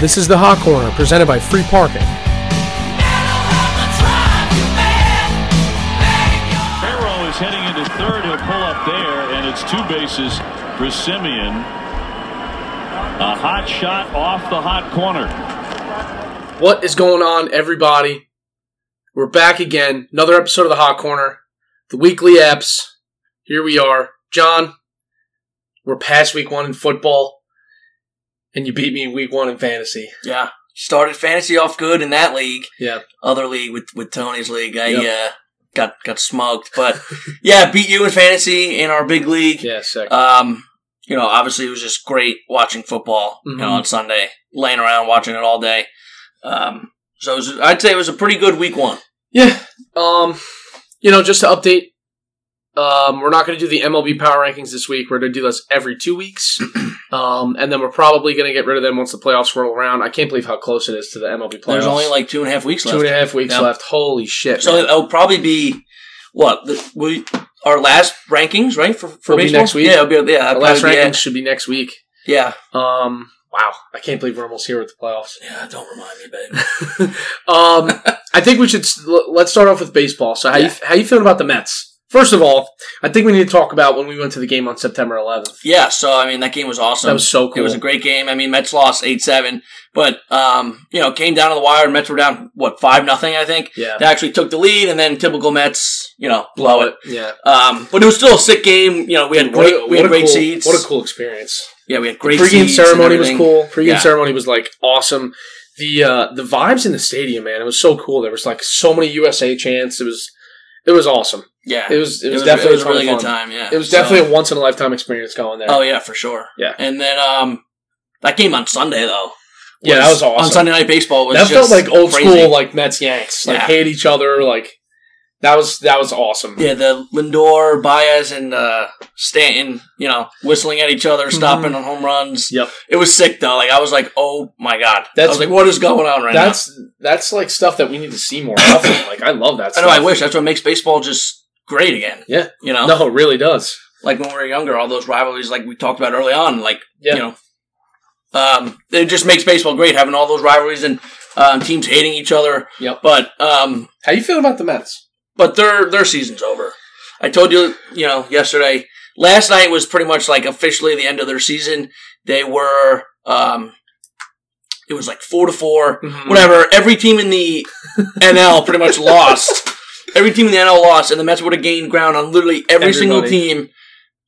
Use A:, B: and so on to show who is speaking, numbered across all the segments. A: This is the Hot Corner, presented by Free Parking.
B: Harrell is heading into third. He'll pull up there, and it's two bases for Simeon. A hot shot off the hot corner.
A: What is going on, everybody? We're back again. Another episode of the Hot Corner, the weekly apps. Here we are. John, we're past week one in football, and you beat me week one in fantasy.
C: Yeah. Started fantasy off good in that league,
A: Yeah.
C: other league with, with Tony's league. I
A: Yep.
C: uh, got got smoked, but yeah, beat you in fantasy in our big league.
A: Yeah, second.
C: Um, you know, obviously it was just great watching football. You know,
A: Mhm.
C: on Sunday, laying around watching it all day. Um, so it was, I'd say it was a pretty good week one.
A: Yeah. Um, you know, just to update, um, we're not going to do the MLB power rankings this week. We're going to do this every two weeks. Um, and then we're probably going to get rid of them once the playoffs roll around. I can't believe how close it is to the MLB playoffs.
C: There's only like two and a half weeks
A: two
C: left.
A: and a half weeks
C: Yeah.
A: left. Holy shit.
C: So
A: man.
C: it'll probably be what the, we our last rankings, right? For for
A: It'll be
C: baseball?
A: next week.
C: Yeah, it'll be, uh, yeah.
A: the
C: it'll
A: last
C: probably be
A: rankings
C: it.
A: should be next week.
C: Yeah.
A: Um, wow. I can't believe we're almost here with the playoffs.
C: Yeah. Don't remind me, babe.
A: Um, I think we should s- l- let's start off with baseball. So how you
C: Yeah.
A: how you feeling about the Mets? First of all, I think we need to talk about when we went to the game on September 11th.
C: Yeah, so I mean that game was awesome.
A: That was so cool.
C: It was a great game. I mean, Mets lost eight seven, but um, you know, came down to the wire. Mets were down what five nothing, I think.
A: yeah.
C: They actually took the lead, and then typical Mets, you know, blow it.
A: Yeah.
C: Um, but it was still a sick game. You know, we had
A: What a-
C: great, we
A: what
C: had
A: a
C: great
A: cool,
C: seats.
A: What a cool experience.
C: yeah, we had great.
A: Pre-game
C: seats and
A: ceremony was
C: everything.
A: cool. Pre-game
C: Yeah.
A: ceremony was like awesome. The uh, the vibes in the stadium, man, it was so cool. There was like so many USA chants. It was it was awesome.
C: Yeah,
A: It was it was, definitely
C: it was a really
A: ton of
C: good
A: fun.
C: time. Yeah,
A: It was
C: So-
A: definitely a once in a lifetime experience going there.
C: oh yeah, for sure.
A: Yeah.
C: and then um, that game on Sunday though.
A: yeah, that was awesome.
C: On Sunday night baseball was
A: that felt
C: just
A: like old
C: crazy.
A: school like Mets Yanks like
C: Yeah.
A: hate each other like that was that was awesome.
C: Yeah, the Lindor, Baez, and uh, Stanton, you know, whistling at each
A: Mm-hmm.
C: other, stopping on home runs.
A: Yep.
C: It was sick though. Like I was like, oh my god.
A: That's-
C: I was like, what is going on right
A: that's that's like stuff that we need to see more often. like I love that.
C: now?
A: Stuff.
C: I know. I wish that's what makes baseball just great again.
A: Yeah.
C: You know,
A: No, it really does.
C: like when we were younger, all those rivalries, like we talked about early on, like
A: Yeah.
C: you know, um, it just makes baseball great having all those rivalries and um, teams hating each other.
A: Yep.
C: But um,
A: How you feel about the Mets?
C: but their their season's over. I told you, you know, yesterday. Last night was pretty much like officially the end of their season. They were, um, it was like four to 4
A: Mhm.
C: whatever. Every team in the NL pretty much lost. Every team in the NL lost, and the Mets would have gained ground on literally every single
A: Everybody.
C: team.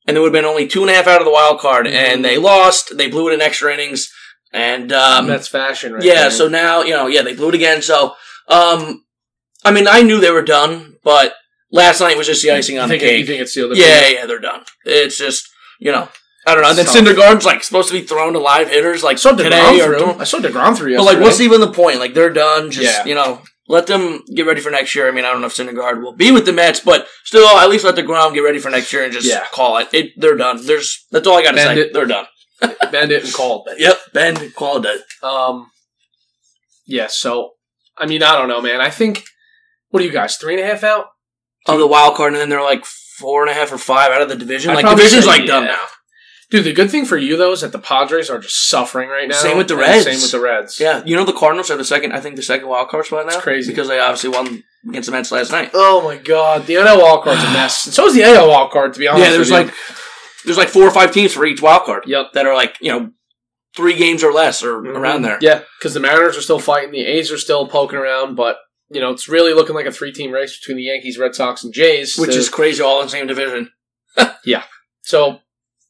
C: And there would have been only two and a half out of the wild card,
A: Mhm.
C: and they lost. They blew it in extra innings, and um,
A: Mets fashion, right?
C: yeah,
A: there.
C: so now, you know, yeah, they blew it again. So, um, I mean, I knew they were done, but last night was just the icing on
A: you think,
C: the
A: You
C: cake.
A: think it's the other
C: Yeah, yeah, they're done. It's just, you know, I don't know. And then
A: Sucks.
C: Syndergaard's like supposed to be thrown to live hitters like
A: I saw
C: today
A: Degrom
C: or
A: through.
C: don't-
A: I saw Degrom through. Yesterday.
C: But like, what's even the point? Like, they're done. Just,
A: Yeah.
C: you know, let them get ready for next year. I mean, I don't know if Syndergaard will be with the Mets, but still, at least let the Grom get ready for next year and just
A: Yeah.
C: call it. it. They're done. There's That's all I got to
A: Bend
C: say.
A: it.
C: They're done.
A: bend it and call it?
C: Yep. Ben, call it done.
A: Um, yeah. So I mean, I don't know, man. I think what are you guys three and a half out?
C: of the wild card, and then they're like four and a half or five out of the division.
A: I'd
C: like
A: probably
C: division's
A: say,
C: like done
A: yeah.
C: now.
A: Dude, the good thing for you though is that the Padres are just suffering right now.
C: Same with the
A: and
C: Reds.
A: Same with the Reds.
C: Yeah, you know the Cardinals are the second. I think the second wild card spot now.
A: It's crazy.
C: because they obviously won against the Mets last night.
A: Oh my god, the NL wild card's a mess. And so is the AL wild card, to be honest.
C: yeah, there's
A: with you.
C: like there's like four or five teams for each wild card.
A: Yep.
C: that are like you know three games or less or
A: Mhm.
C: around there.
A: Yeah, because the Mariners are still fighting, the A's are still poking around, but you know it's really looking like a three-team race between the Yankees, Red Sox, and Jays,
C: Which
A: So-
C: is crazy, all in the same division.
A: So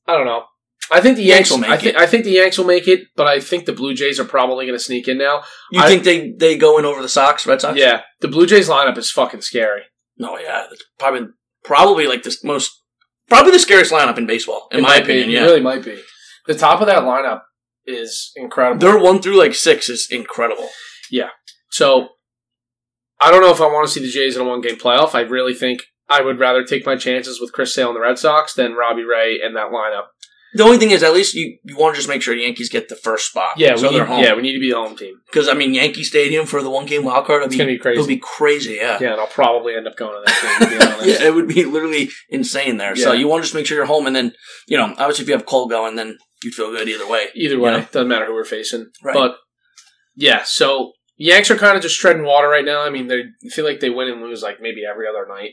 A: I don't know. I think the Yanks,
C: Yanks will make
A: I, thi-
C: it.
A: I think the Yanks will make it, but I think the Blue Jays are probably going to sneak in now.
C: You
A: I-
C: think they, they go in over the Sox, Red Sox?
A: Yeah, the Blue Jays lineup is fucking scary.
C: No, yeah. It's probably probably like the most probably the scariest lineup in baseball, in
A: It
C: my
A: might be.
C: opinion.
A: it
C: Yeah.
A: really might be. The top of that lineup is incredible.
C: Their one through like six is incredible.
A: so I don't know if I want to see the Jays in a one-game playoff. I really think I would rather take my chances with Chris Sale and the Red Sox than Robbie Ray and that lineup.
C: The only thing is, at least you, you want to just make sure the Yankees get the first spot.
A: Yeah,
C: so
A: we
C: they're
A: need,
C: home.
A: yeah, we need to be the home team.
C: because I mean, Yankee Stadium for the one game wild card. It'll
A: It's
C: be,
A: gonna be crazy.
C: It'll be crazy. Yeah.
A: Yeah, and I'll probably end up going to that game. To be honest.
C: Yeah, it would be literally insane there. So
A: Yeah.
C: you want to just make sure you're home, and then you know, obviously, if you have Cole going, then you feel good either way.
A: Either way,
C: You know?
A: doesn't matter who we're facing.
C: Right.
A: But yeah, so Yanks are kind of just treading water right now. I mean, they I feel like they win and lose like maybe every other night.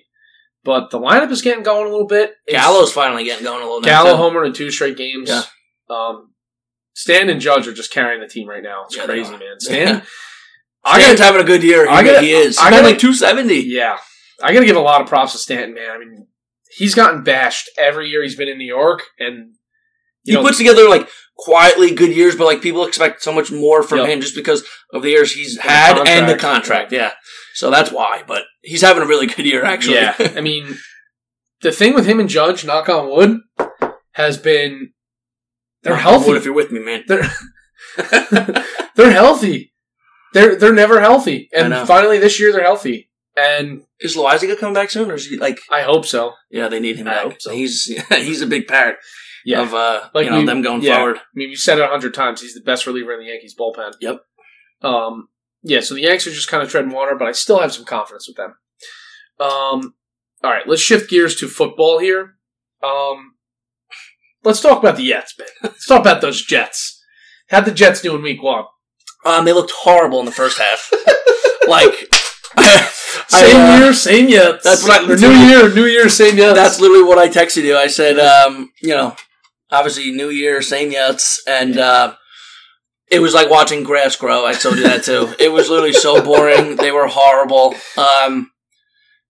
A: But the lineup is getting going a little bit. It's
C: Gallo's finally getting going a little. now,
A: Gallo
C: too.
A: homer in two straight games.
C: Yeah.
A: Um, Stan and Judge are just carrying the team right now. It's
C: Yeah, they
A: crazy,
C: are.
A: man. Stan,
C: I got having a good year. He,
A: I gotta-
C: he is. He's
A: I
C: been
A: gotta-
C: like two seventy.
A: Yeah. I got to give a lot of props to Stanton, man. I mean, he's gotten bashed every year he's been in New York. And, you
C: He
A: know,
C: puts together like quietly good years, but like people expect so much more from
A: Yep.
C: him just because of the years he's had and the
A: contract.
C: contract. Yeah, so that's why. But he's having a really good year actually.
A: yeah. I mean, the thing with him and Judge, knock on wood, has been they're healthy.
C: If you're with me, man.
A: They're they're healthy. They're they're never healthy.
C: I
A: And
C: know.
A: finally this year they're healthy. And
C: Is Loiza gonna come back soon, or is he like?
A: I hope so.
C: Yeah, they need him
A: I
C: back.
A: hope so.
C: He's he's a big part
A: Yeah.
C: of uh,
A: Like
C: you know
A: we-
C: them going
A: yeah.
C: forward.
A: I mean, you said it a hundred times. He's the best reliever in the Yankees bullpen.
C: Yep.
A: Um. Yeah. So the Yanks are just kind of treading water, but I still have some confidence with them. Um. All right. Let's shift gears to football here. Um. Let's talk about the Jets, man. Let's talk about those Jets. How'd the Jets do in Week One?
C: Um, they looked horrible in the first half. like
A: Same
C: I, uh,
A: year, same Jets.
C: that's what I-
A: Or new year, new year, same Jets.
C: That's literally what I texted you. I said, um, you know, obviously New Year, same yets, and uh, it was like watching grass grow. I told you that too. it was literally so boring. They were horrible. Um,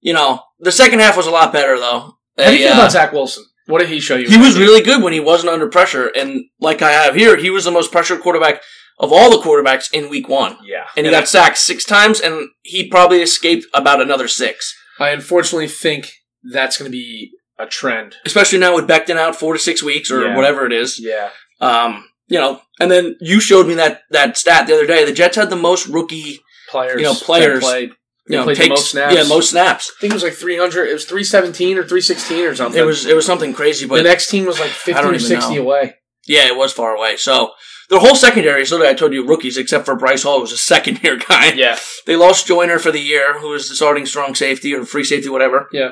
C: you know, the second half was a lot better though.
A: How do you
C: They,
A: feel
C: uh,
A: about Zach Wilson? What did he show you?
C: he was really good when he wasn't under pressure, and like I have here, he was the most pressured quarterback of all the quarterbacks in Week One.
A: yeah.
C: And he got sacked six times, and he probably escaped about another six.
A: I unfortunately think that's going to be a trend.
C: Especially now with Becton out four to six weeks or
A: Yeah.
C: whatever it is.
A: Yeah.
C: Um, you know, and then you showed me that that stat the other day. The Jets had the most rookie,
A: Players.
C: You know,
A: that
C: players-
A: played.
C: you know,
A: played the
C: takes,
A: most snaps.
C: yeah, most snaps.
A: I think it was like 300. It was 317 or 316 or something.
C: It was it was something crazy,
A: the
C: but
A: next team was like 50 or
C: even
A: 60
C: know.
A: away.
C: yeah, it was far away. So their whole secondary is literally I told you rookies, except for Bryce Hall, who was a second year guy.
A: Yeah.
C: They lost Joyner for the year, who is the starting strong safety or free safety, whatever.
A: Yeah.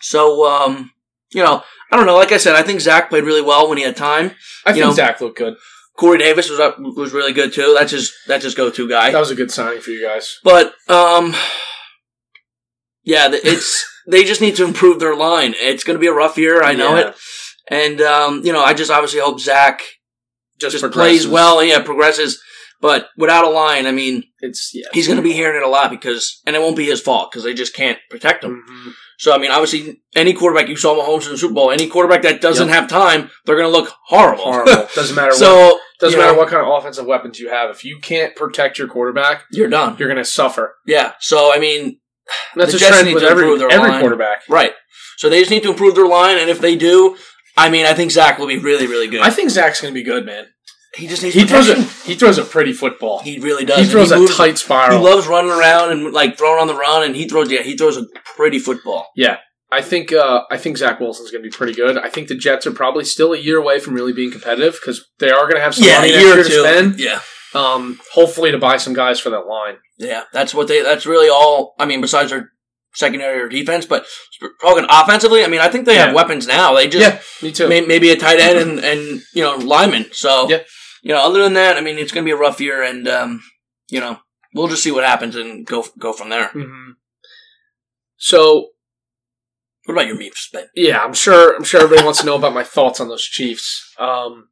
C: So um, you know, I don't know. Like I said, I think Zach played really well when he had time.
A: I
C: You
A: think
C: know,
A: Zach looked good.
C: Corey Davis was up, was really good too. That's his that's his go to guy.
A: That was a good signing for you guys.
C: But um, yeah, th- it's they just need to improve their line. It's going to be a rough year, I know
A: Yeah.
C: it, and um, you know, I just obviously hope Zach
A: Just,
C: just
A: progresses.
C: plays well, yeah, progresses. But without a line, I mean,
A: It's yeah.
C: he's going to be hearing it a lot because, and it won't be his fault because they just can't protect him.
A: Mhm.
C: So I mean, obviously, any quarterback you saw Mahomes in the Super Bowl, any quarterback that doesn't have time, they're going to look horrible.
A: Horrible. Doesn't matter. what,
C: so
A: doesn't
C: you
A: matter
C: know,
A: what kind of offensive weapons you have. If you can't protect your quarterback,
C: you're done.
A: you're going to suffer.
C: Yeah. So I mean,
A: And that's
C: The
A: a
C: Jets
A: trend
C: need
A: with
C: to
A: every
C: improve their
A: every
C: line.
A: quarterback.
C: Right. So they just need to improve their line, and if they do, I mean, I think Zach will be really, really good.
A: I think Zach's going to be good, man.
C: he just needs
A: He throws a
C: protection.
A: he throws a pretty football. He,
C: He really does. and
A: throws a
C: moves-
A: tight
C: He
A: spiral.
C: loves running around and like throwing on the run, and he throws. Yeah, he throws a pretty football.
A: Yeah, I think uh, I think Zach Wilson's going to be pretty good. I think the Jets are probably still a year away from really being competitive because they are going to have some money next year to spend.
C: Yeah,
A: Um, hopefully to buy some guys for that line.
C: yeah. That's what they. That's really all. I mean, besides their secondary or defense, but talking offensively, I mean, I think they
A: Yeah.
C: have weapons now. They just
A: Yeah, me too.
C: may, maybe a tight end and and you know lineman. So
A: Yeah.
C: you know, other than that, I mean, it's going to be a rough year, and um, you know, we'll just see what happens and go go from there.
A: hmm So
C: What about your memes, Ben?
A: yeah, I'm sure I'm sure everybody wants to know about my thoughts on those Chiefs. Um,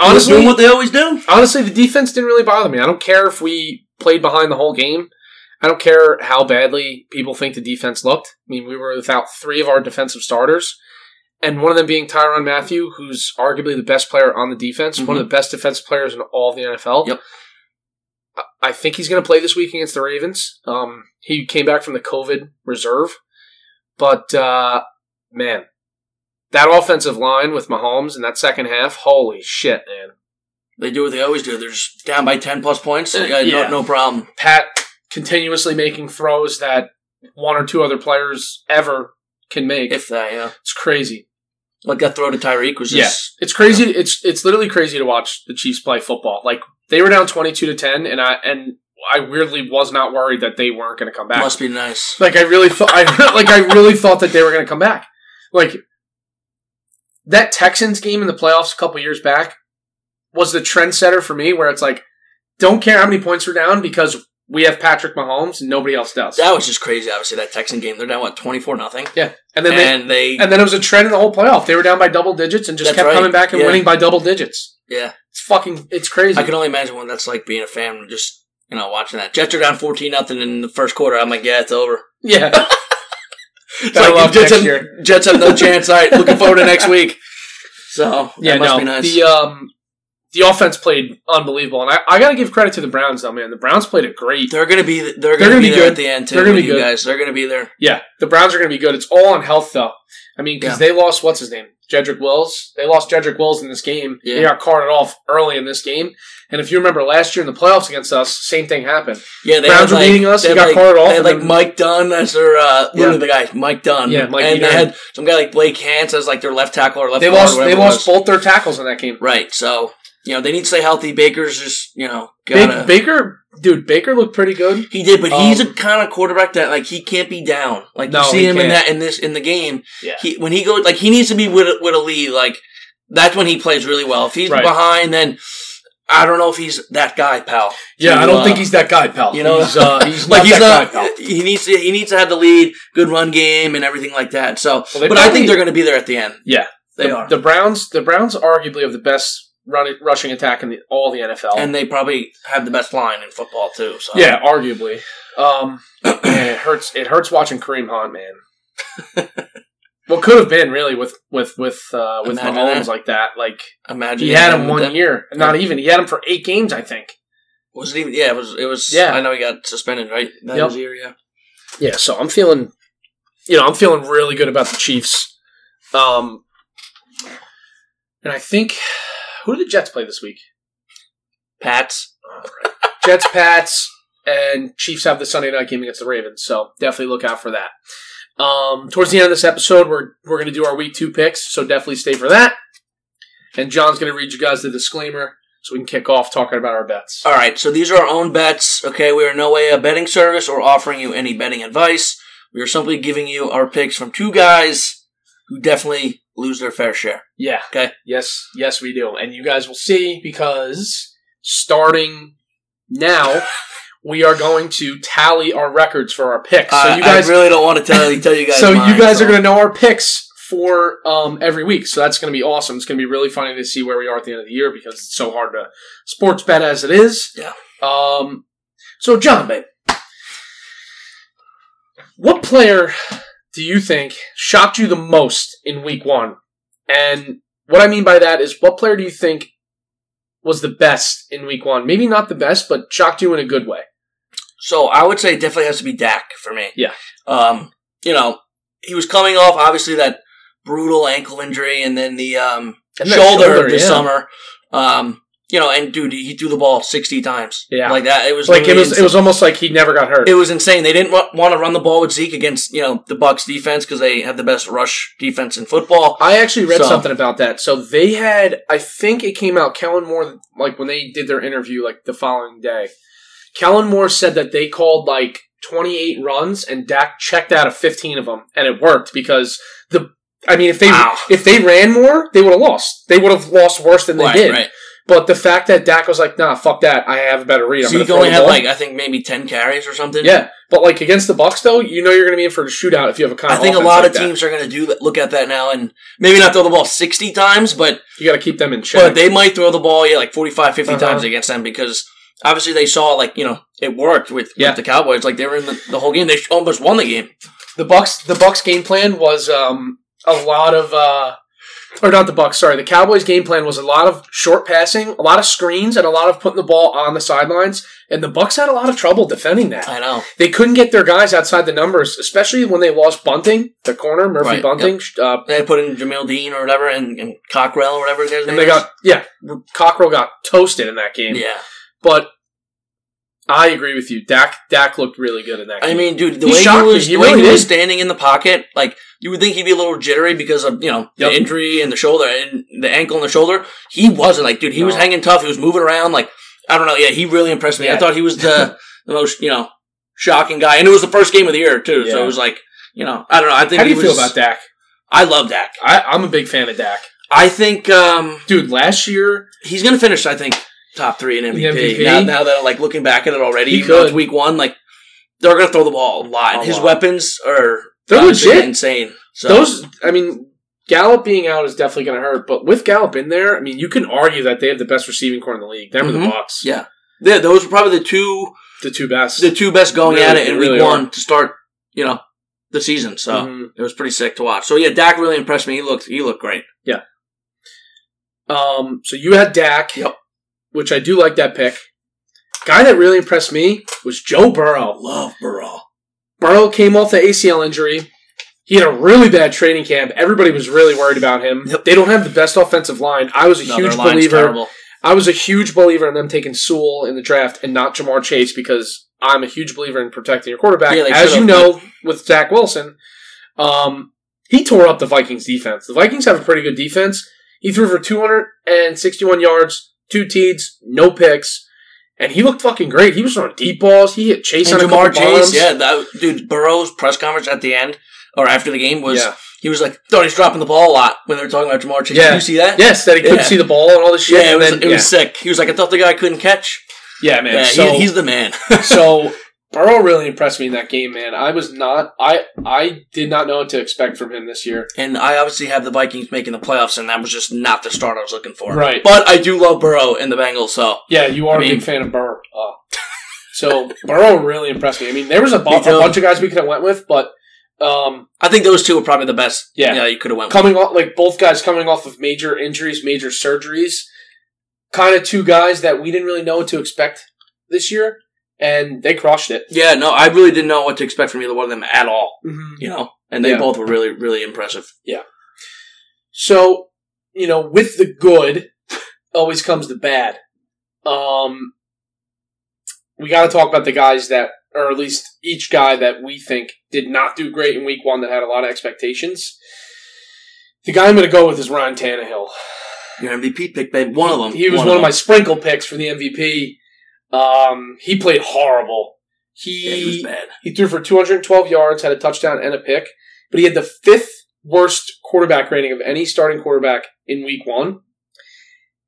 A: honestly,
C: doing what they always do.
A: honestly, the defense didn't really bother me. I don't care if we played behind the whole game. I don't care how badly people think the defense looked. I mean, we were without three of our defensive starters, and one of them being Tyron Matthew, who's arguably the best player on the defense, one of the best defensive players in all of the NFL.
C: Yep.
A: I- I think he's going to play this week against the Ravens. Um, he came back from the COVID reserve, but uh, man, that offensive line with Mahomes in that second half, holy shit, man!
C: They do what they always do. They're just down by ten plus points.
A: Uh,
C: Yeah,
A: yeah.
C: No, no problem.
A: Pat continuously making throws that one or two other players ever can make.
C: If that, yeah.
A: it's crazy.
C: Like that throw to Tyreek was just
A: It's crazy. It's it's literally crazy to watch the Chiefs play football. Like they were down twenty two to ten, and I and I weirdly was not worried that they weren't going to come back.
C: must be nice.
A: Like I really thought, I like I really thought that they were going to come back. Like that Texans game in the playoffs a couple years back was the trendsetter for me, where it's like Don't care how many points we're down because we have Patrick Mahomes and nobody else does.
C: That was just crazy. Obviously, that Texan game, they're down what twenty four nothing,
A: yeah. And then they,
C: and they,
A: and then it was a trend in the whole playoff. They were down by double digits and just
C: That's
A: kept
C: right.
A: coming back and
C: Yeah.
A: winning by double digits.
C: yeah,
A: It's fucking it's crazy.
C: I can only imagine what that's like being a fan and just you know watching that. Jets are down fourteen nothing in the first quarter. I'm like, yeah, it's over.
A: yeah.
C: It's
A: Gotta
C: like,
A: love
C: Jets,
A: next
C: have,
A: year.
C: Jets have no chance. All right, looking forward to next week. So yeah,
A: Yeah,
C: that must
A: no.
C: be nice.
A: The um the offense played unbelievable. And I, I gotta give credit to the Browns though, man. The Browns played it great.
C: they're gonna be they're gonna, be, there
A: good.
C: at the end too.
A: They're gonna
C: with
A: be
C: you
A: good.
C: guys. They're gonna be there.
A: Yeah, the Browns are going to be good. It's all on health, though. I mean, because they lost what's his name, Jedrick Wills. They lost Jedrick Wills in this game. They
C: Yeah.
A: got carted off early in this game. And if you remember last year in the playoffs against us, same thing happened.
C: Yeah, they
A: Browns
C: had,
A: were
C: like,
A: beating us, he
C: They had,
A: got
C: like,
A: carted off,
C: They
A: and
C: had like
A: then-
C: Mike Dunn as their uh,
A: Yeah.
C: one of the guys, Mike Dunn.
A: Yeah, Mike
C: and they
A: Dunn.
C: had some guy like Blake Hance as like their left tackle or left.
A: They
C: guard,
A: lost. They
C: whatever it
A: lost
C: was.
A: both their tackles in that game.
C: Right, so you know they need to stay healthy. Baker's just you know
A: Ba-
C: gotta.
A: Baker, dude, Baker looked pretty good.
C: he did, but he's
A: Um,
C: a kind of quarterback that like he can't be down. Like
A: No,
C: you see
A: he
C: him in
A: can't.
C: that in this in the game.
A: Yeah.
C: He when he goes like he needs to be with a- with a lead. Like that's when he plays really well. If he's
A: Right.
C: behind, then I don't know if he's that guy, pal.
A: Yeah,
C: To,
A: I don't
C: uh,
A: think he's that guy, pal.
C: you know,
A: he's, uh, he's
C: like
A: not
C: he's
A: that
C: not.
A: guy, pal.
C: He needs to. He needs to have the lead, good run game, and everything like that. So,
A: Well, they
C: but I
A: probably-
C: think they're going to be there at the end.
A: Yeah,
C: They
A: the,
C: are,
A: the Browns. The Browns arguably have the best run, rushing attack in the, all the NFL.
C: and they probably have the best line in football too. So,
A: Yeah, arguably. Uh, Um, man, it hurts. It hurts watching Kareem Hunt, man. what could have been really with with with uh, with
C: Imagine
A: Mahomes
C: that.
A: like that. Like
C: imagine
A: he had him
C: with
A: one
C: that.
A: year, not even. He had him for eight games, I think.
C: Was it even? Yeah, it was. It was.
A: Yeah.
C: Yeah, I know he got suspended, right? That
A: Yep.
C: was the year. Yeah,
A: Yeah, so I'm feeling, you know, I'm feeling really good about the Chiefs. Um, and I think who do the Jets play this week?
C: Pats.
A: Jets, Pats, and Chiefs have the Sunday night game against the Ravens. So definitely look out for that. Um, towards the end of this episode, we're we're going to do our week two picks. So definitely stay for that. And John's going to read you guys the disclaimer so we can kick off talking about our bets.
C: All right, so these are our own bets. Okay, we are in no way a betting service or offering you any betting advice. We are simply giving you our picks from two guys who definitely lose their fair share.
A: Yeah.
C: Okay.
A: Yes. Yes, we do. And you guys will see because starting now, we are going to tally our records for our picks. So
C: I-
A: you guys
C: I really don't want to tell you, tell you guys.
A: so
C: mine,
A: you guys
C: so-
A: are going to know our picks for um, every week. So that's going to be awesome. It's going to be really funny to see where we are at the end of the year because it's so hard to sports bet as it is.
C: Yeah.
A: Um. So John, man, what player do you think shocked you the most in Week One? And what I mean by that is, what player do you think was the best in Week One? Maybe not the best, but shocked you in a good way.
C: So I would say it definitely has to be Dak for me.
A: Yeah.
C: Um, you know, he was coming off obviously that brutal ankle injury and then the um,
A: And that
C: shoulder,
A: shoulder,
C: this
A: yeah.
C: summer. Um, you know, and dude, he threw the ball sixty times.
A: Yeah.
C: Like that. It was
A: Like it
C: literally
A: was, it was almost like he never got hurt.
C: it was insane. They didn't wa- want to run the ball with Zeke against you know the Bucks defense because they have the best rush defense in football.
A: I actually read
C: So-
A: something about that. So they had, I think it came out, Kellen Moore, like when they did their interview, like the following day, Kellen Moore said that they called like 28 runs and Dak checked out of 15 of them and it worked because the, I mean, if they,
C: Wow.
A: if they ran more, they would have lost. They would have lost worse than they
C: Right,
A: did.
C: right.
A: But the fact that Dak was like, nah, fuck that. I have a better read. I'm gonna
C: Zeke
A: throw
C: only
A: the
C: had
A: ball."
C: like I think maybe ten carries or something.
A: yeah. But like against the Bucks though, you know you're going to be in for a shootout if you have a kind
C: I
A: of
C: think a
A: offense
C: lot
A: like
C: of
A: that.
C: teams are going to do that, look at that now and maybe not throw the ball 60 times, but
A: You got to keep them in check.
C: but they might throw the ball yeah like 45 50
A: Uh-huh.
C: times against them because obviously they saw like, you know, it worked with,
A: Yeah.
C: with the Cowboys. Like they were in the, the whole game. They sh- almost won the game.
A: the Bucks the Bucks game plan was um, a lot of uh, or not the Bucks, sorry, the Cowboys game plan was a lot of short passing, a lot of screens, and a lot of putting the ball on the sidelines. And the Bucks had a lot of trouble defending that.
C: I know.
A: They couldn't get their guys outside the numbers, especially when they lost Bunting, the corner Murphy
C: Right,
A: Bunting, uh,
C: They put in Jamil Dean or whatever and, and Cockrell or whatever his name
A: and they
C: is.
A: got yeah, Cockrell got toasted in that game.
C: Yeah.
A: But I agree with you, Dak. Dak looked really good in that.
C: I
A: game.
C: mean, dude, the
A: He
C: way he
A: shocked me.
C: was,
A: He
C: the way
A: really
C: he was
A: did.
C: standing in the pocket, like you would think he'd be a little jittery because of you know
A: Yep.
C: the injury and the shoulder and the ankle and the shoulder. He wasn't like, dude, he was
A: No.
C: hanging tough. He was moving around. Like I don't know. Yeah, he really impressed me.
A: Yeah.
C: I thought he was the the most you know shocking guy, and it was the first game of the year too. So
A: Yeah.
C: it was like you know I don't know. I think
A: how do
C: he
A: you feel
C: was-
A: about Dak?
C: I love Dak.
A: I, I'm a big fan of Dak,
C: I think um,
A: dude. Last year,
C: he's gonna finish. I think top three in MVP.
A: MVP?
C: Now, now that I'm like looking back at it already,
A: He
C: even though it's
A: could.
C: week one, like they're gonna throw the ball a lot.
A: A
C: His
A: lot.
C: weapons are
A: They're
C: obviously
A: legit.
C: insane. So
A: Those, I mean, Gallup being out is definitely going to hurt, but with Gallup in there, I mean, you can argue that they have the best receiving core in the league. Them are the
C: Mhm.
A: Bucks,
C: Yeah. yeah, those were probably the two
A: the two best.
C: the two best going
A: Really-
C: at it in
A: really
C: week
A: are.
C: one to start, you know, the season. So
A: Mhm.
C: it was pretty sick to watch. So yeah, Dak really impressed me. He looked he looked great.
A: Um, so you had Dak,
C: Yep.
A: which I do like that pick. Guy that really impressed me was Joe Burrow.
C: Love Burrow.
A: Burrow came off the ACL injury. He had a really bad training camp. Everybody was really worried about him.
C: Yep.
A: They don't have the best offensive line. I was a
C: No, their
A: huge
C: line's
A: believer.
C: terrible.
A: I was a huge believer in them taking Sewell in the draft and not Jamar Chase because I'm a huge believer in protecting your quarterback.
C: Yeah, they
A: As you
C: should've.
A: know, with Zach Wilson, um, he tore up the Vikings defense. The Vikings have a pretty good defense. He threw for 261 yards, two teeds, no picks, and he looked fucking great. He was throwing deep balls. He hit Chase
C: And
A: on a
C: Jamar
A: couple bombs.
C: Chase, yeah, that, dude. Burrow's press conference at the end or after the game was
A: Yeah.
C: he was like, "Thought he's dropping the ball a lot." When they were talking about Jamar Chase,
A: Yeah.
C: did you see that?
A: Yes, that he couldn't
C: Yeah.
A: see the ball and all this shit.
C: yeah, it was,
A: and
C: it
A: then-
C: was sick. He was like, "I thought the guy couldn't catch."
A: yeah. yeah, man.
C: yeah, he-
A: so,
C: he's the man.
A: so Burrow really impressed me in that game, man. I was not I I did not know what to expect from him this year.
C: and I obviously have the Vikings making the playoffs, and that was just not the start I was looking for.
A: Right.
C: But I do love Burrow and the Bengals, so
A: Yeah, you are
C: I mean-
A: a big fan of Burrow. Uh, so Burrow really impressed me. I mean, there was a, bu-
C: Me
A: a
C: too.
A: bunch of guys we could have went with, but um,
C: I think those two are probably the best.
A: Yeah.
C: you could have went. With.
A: coming off like both guys coming off of major injuries, major surgeries, kind of two guys that we didn't really know what to expect this year, and they crushed it.
C: Yeah, no, I really didn't know what to expect from either one of them at all.
A: Mm-hmm.
C: You know, and they
A: Yeah.
C: both were really, really impressive.
A: So, you know, with the good always comes the bad. Um we got to talk about the guys that or at least each guy that we think did not do great in week 1 that had a lot of expectations. The guy I'm going to go with is Ryan Tannehill.
C: Your MVP pick, babe, one of them.
A: He was one, of my sprinkle picks for the MVP. Um he played horrible. He
C: Yeah, he was bad.
A: he threw for 212 yards, had a touchdown and a pick, but he had the fifth worst quarterback rating of any starting quarterback in week one.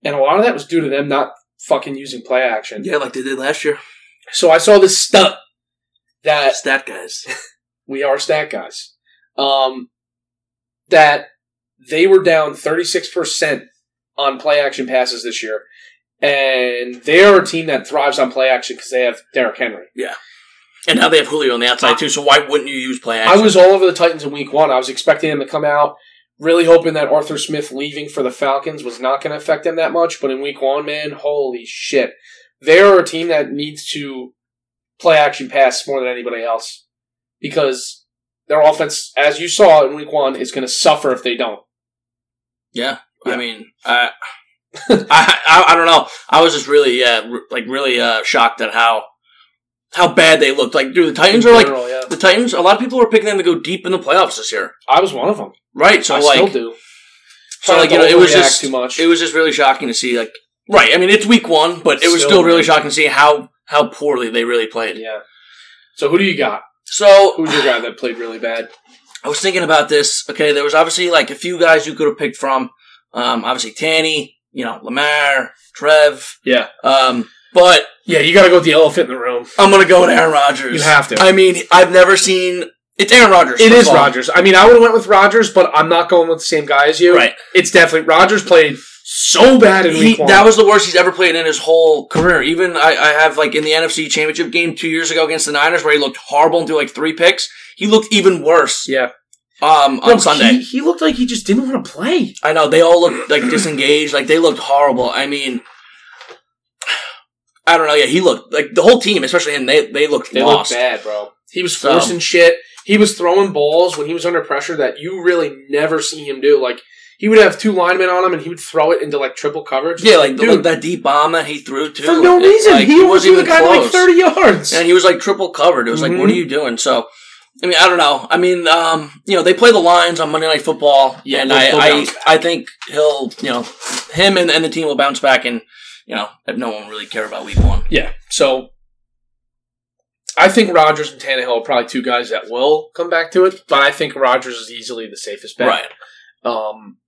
A: And a lot of that was due to them not fucking using play action.
C: Yeah, like they did last year.
A: So I saw this stunt that
C: Stat guys.
A: we are stat guys. Um, that they were down 36% on play action passes this year. And they are a team that thrives on play action because they have Derrick Henry.
C: And now they have Julio on the outside too, so why wouldn't you use play
A: I
C: action?
A: was all over the Titans in week one. I was expecting them to come out, really hoping that Arthur Smith leaving for the Falcons was not going to affect them that much. But in week one, man, holy shit. They're a team that needs to play action pass more than anybody else because their offense, as you saw in week one, is going to suffer if they don't.
C: yeah. I
A: Yeah.
C: mean, I, I, I, I don't know. I was just really, yeah, r- like really uh, shocked at how how bad they looked. Like, dude, the Titans are like
A: General, yeah.
C: the Titans. A lot of people were picking them to go deep in the playoffs this year,
A: I was one of them.
C: right? So
A: I
C: like,
A: still do.
C: so
A: Try
C: like,
A: not
C: you know,
A: to
C: it was
A: overreact
C: just
A: too much.
C: It was just really shocking to see, like, right? I mean, it's week one, but it was
A: Still.
C: still really shocking to see how how poorly they really played.
A: yeah. So who do you got?
C: So
A: Who's your guy that played really bad?
C: I was thinking about this. Okay, there was obviously like a few guys you could have picked from. Um, obviously Tanny, you know, Lamar, Trev.
A: Yeah.
C: Um, but
A: Yeah, you got to go with the elephant in the room.
C: I'm gonna go with Aaron Rodgers.
A: You have to.
C: I mean, I've never seen it's Aaron Rodgers.
A: It
C: first
A: is
C: of all.
A: Rogers. I mean, I would have went with Rogers, but I'm not going with the same guy as you.
C: Right.
A: It's definitely Rogers played so bad in
C: He,
A: week one.
C: that was the worst he's ever played in his whole career. Even I, I have like in the NFC Championship game two years ago against the Niners, where he looked horrible and threw like three picks. He looked even worse
A: yeah.
C: um, on
A: No,
C: Sunday.
A: He, he looked like he just didn't want to play.
C: I know they all looked like disengaged, like they looked horrible. I mean, I don't know. Yeah, he looked like the whole team, especially him. They they looked lost.
A: bad, bro. He was
C: So-
A: forcing shit. He was throwing balls when he was under pressure that you really never see him do. Like he would have two linemen on him and he would throw it into like triple coverage.
C: yeah, like, the-
A: Dude.
C: like that deep bomb that he threw too
A: for no
C: it-
A: reason.
C: like,
A: he was the
C: even
A: guy to like
C: close.
A: 30 yards.
C: and he was like triple covered. It was like, what are
A: Mhm.
C: you doing? So. I mean, I don't know. I mean, um, you know, they play the Lions on Monday Night Football,
A: Yeah,
C: and
A: they'll-
C: I,
A: they'll
C: I,
A: bounce
C: I think he'll, you know, him and, and the team will bounce back, and you know, no one will really care about Week One.
A: Yeah. So I think Rogers and Tannehill are probably two guys that will come back to it, but I think Rogers is easily the safest bet.
C: Right.
A: Um,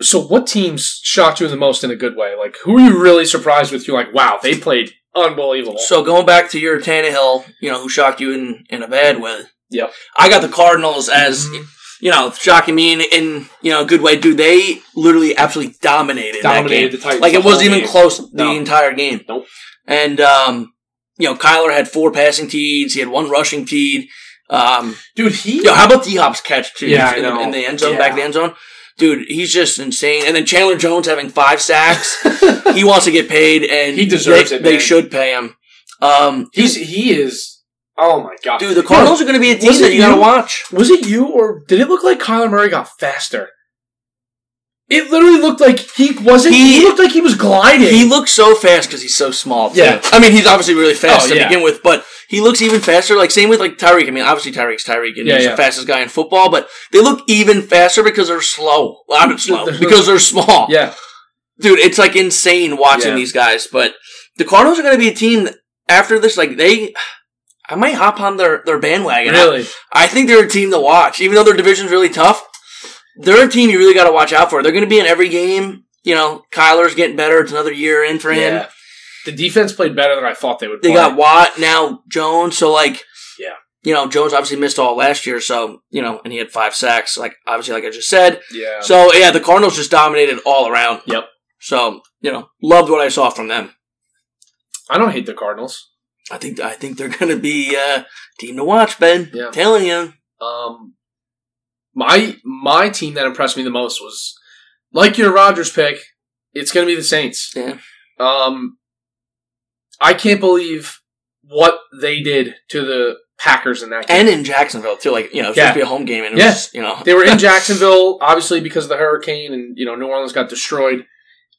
A: So, what teams shocked you the most in a good way? Like, who are you really surprised with? You're like, wow, they played unbelievable.
C: So going back to your Tannehill, you know, who shocked you in, in a bad way.
A: Yep.
C: I got the Cardinals as
A: Mhm.
C: you know, shocking me in, in you know a good way. Dude, they literally absolutely dominated. that game.
A: dominated the Titans.
C: Like
A: the
C: it wasn't
A: whole
C: even
A: game.
C: close the
A: No.
C: entire game.
A: Nope.
C: And um, you know, Kyler had four passing TDs. He had one rushing TD. Um,
A: dude. He
C: yo, how about D Hop's catch too?
A: Yeah, I
C: in, the-
A: know.
C: in the end zone,
A: Yeah.
C: back in the end zone. Dude, he's just insane. And then Chandler Jones having five sacks. he wants to get paid, and
A: He deserves
C: they,
A: it,
C: They
A: man.
C: should pay him. Um,
A: he's he is. Oh my god,
C: dude, the Cardinals are going to be a team
A: was
C: that
A: it
C: you got to
A: you?
C: watch.
A: Was it you or did it look like Kyler Murray got faster? It literally looked like he wasn't. He,
C: He-
A: looked like he was gliding.
C: He looks so fast because he's so small. too.
A: Yeah.
C: I mean he's obviously really fast
A: Oh,
C: to
A: yeah.
C: begin with, but he looks even faster. Like same with like Tyreek. I mean, obviously Tyreek's Tyreek, and
A: Yeah,
C: he's
A: yeah.
C: the fastest guy in football. But they look even faster because they're slow. Well, I'm slow because they're small.
A: yeah,
C: dude, it's like insane watching
A: Yeah.
C: these guys. But the Cardinals are going to be a team that after this. Like they, I might hop on their their bandwagon. I-
A: really.
C: I think they're a team to watch, even though their division's really tough. They're a team you really got to watch out for. They're going to be in every game. You know, Kyler's getting better. It's another year in for him.
A: Yeah. The defense played better than I thought they would.
C: They
A: play.
C: got Watt now, Jones. So like,
A: Yeah.
C: you know, Jones obviously missed all last year. So you know, and he had five sacks. Like obviously, like I just said.
A: yeah.
C: So yeah, the Cardinals just dominated all around.
A: Yep.
C: So you know, loved what I saw from them.
A: I don't hate the Cardinals.
C: I think I think they're going to be uh, team to watch, Ben.
A: Yeah.
C: Telling you,
A: Um, my my team that impressed me the most was like your Rodgers pick. It's going to be the Saints.
C: Yeah.
A: Um, I can't believe what they did to the Packers in that game.
C: and in Jacksonville too. Like you know, it's
A: Yeah.
C: supposed to be a home game, and it
A: Yeah.
C: was you know
A: they were in Jacksonville, obviously because of the hurricane, and you know New Orleans got destroyed.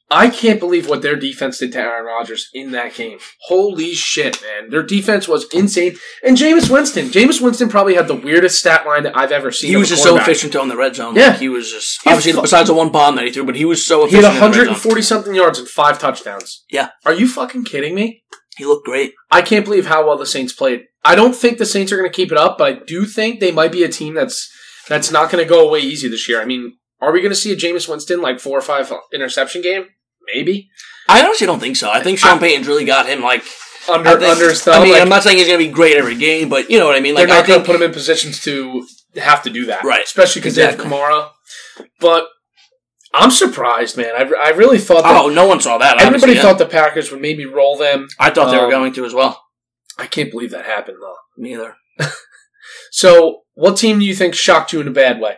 A: I can't believe what their defense did to Aaron Rodgers in that game. Holy shit, man! Their defense was insane. And Jameis Winston, Jameis Winston probably had the weirdest stat line that I've ever seen.
C: He
A: of
C: was
A: a
C: just so
A: quarterback.
C: efficient though in the red zone.
A: Yeah.
C: Like, he was just
A: He had
C: obviously
A: fu-
C: besides the one bomb that he threw, but he was so
A: He had
C: efficient. in the red zone.
A: 140 something yards and five touchdowns.
C: Yeah,
A: Are you fucking kidding me?
C: he looked great.
A: I can't believe how well the Saints played. I don't think the Saints are going to keep it up, but I do think they might be a team that's that's not going to go away easy this year. I mean, are we going to see a Jameis Winston like four or five interception game? Maybe
C: I honestly don't think so. I think Sean Payton's really got him like
A: under
C: I think-
A: under his thumb.
C: I mean,
A: like,
C: I'm not saying he's gonna be great every game, but you know what I mean.
A: they're
C: Like I
A: not going to put
C: think
A: him in positions to have to do that,
C: Right.
A: Especially because
C: Exactly.
A: they have Kamara. But I'm surprised, man. I, I really thought that
C: oh, no one saw that.
A: everybody
C: obviously, yeah.
A: thought the Packers would maybe roll them.
C: I thought they
A: um,
C: were going to as well.
A: I can't believe that happened though.
C: Me either.
A: So, what team do you think shocked you in a bad way?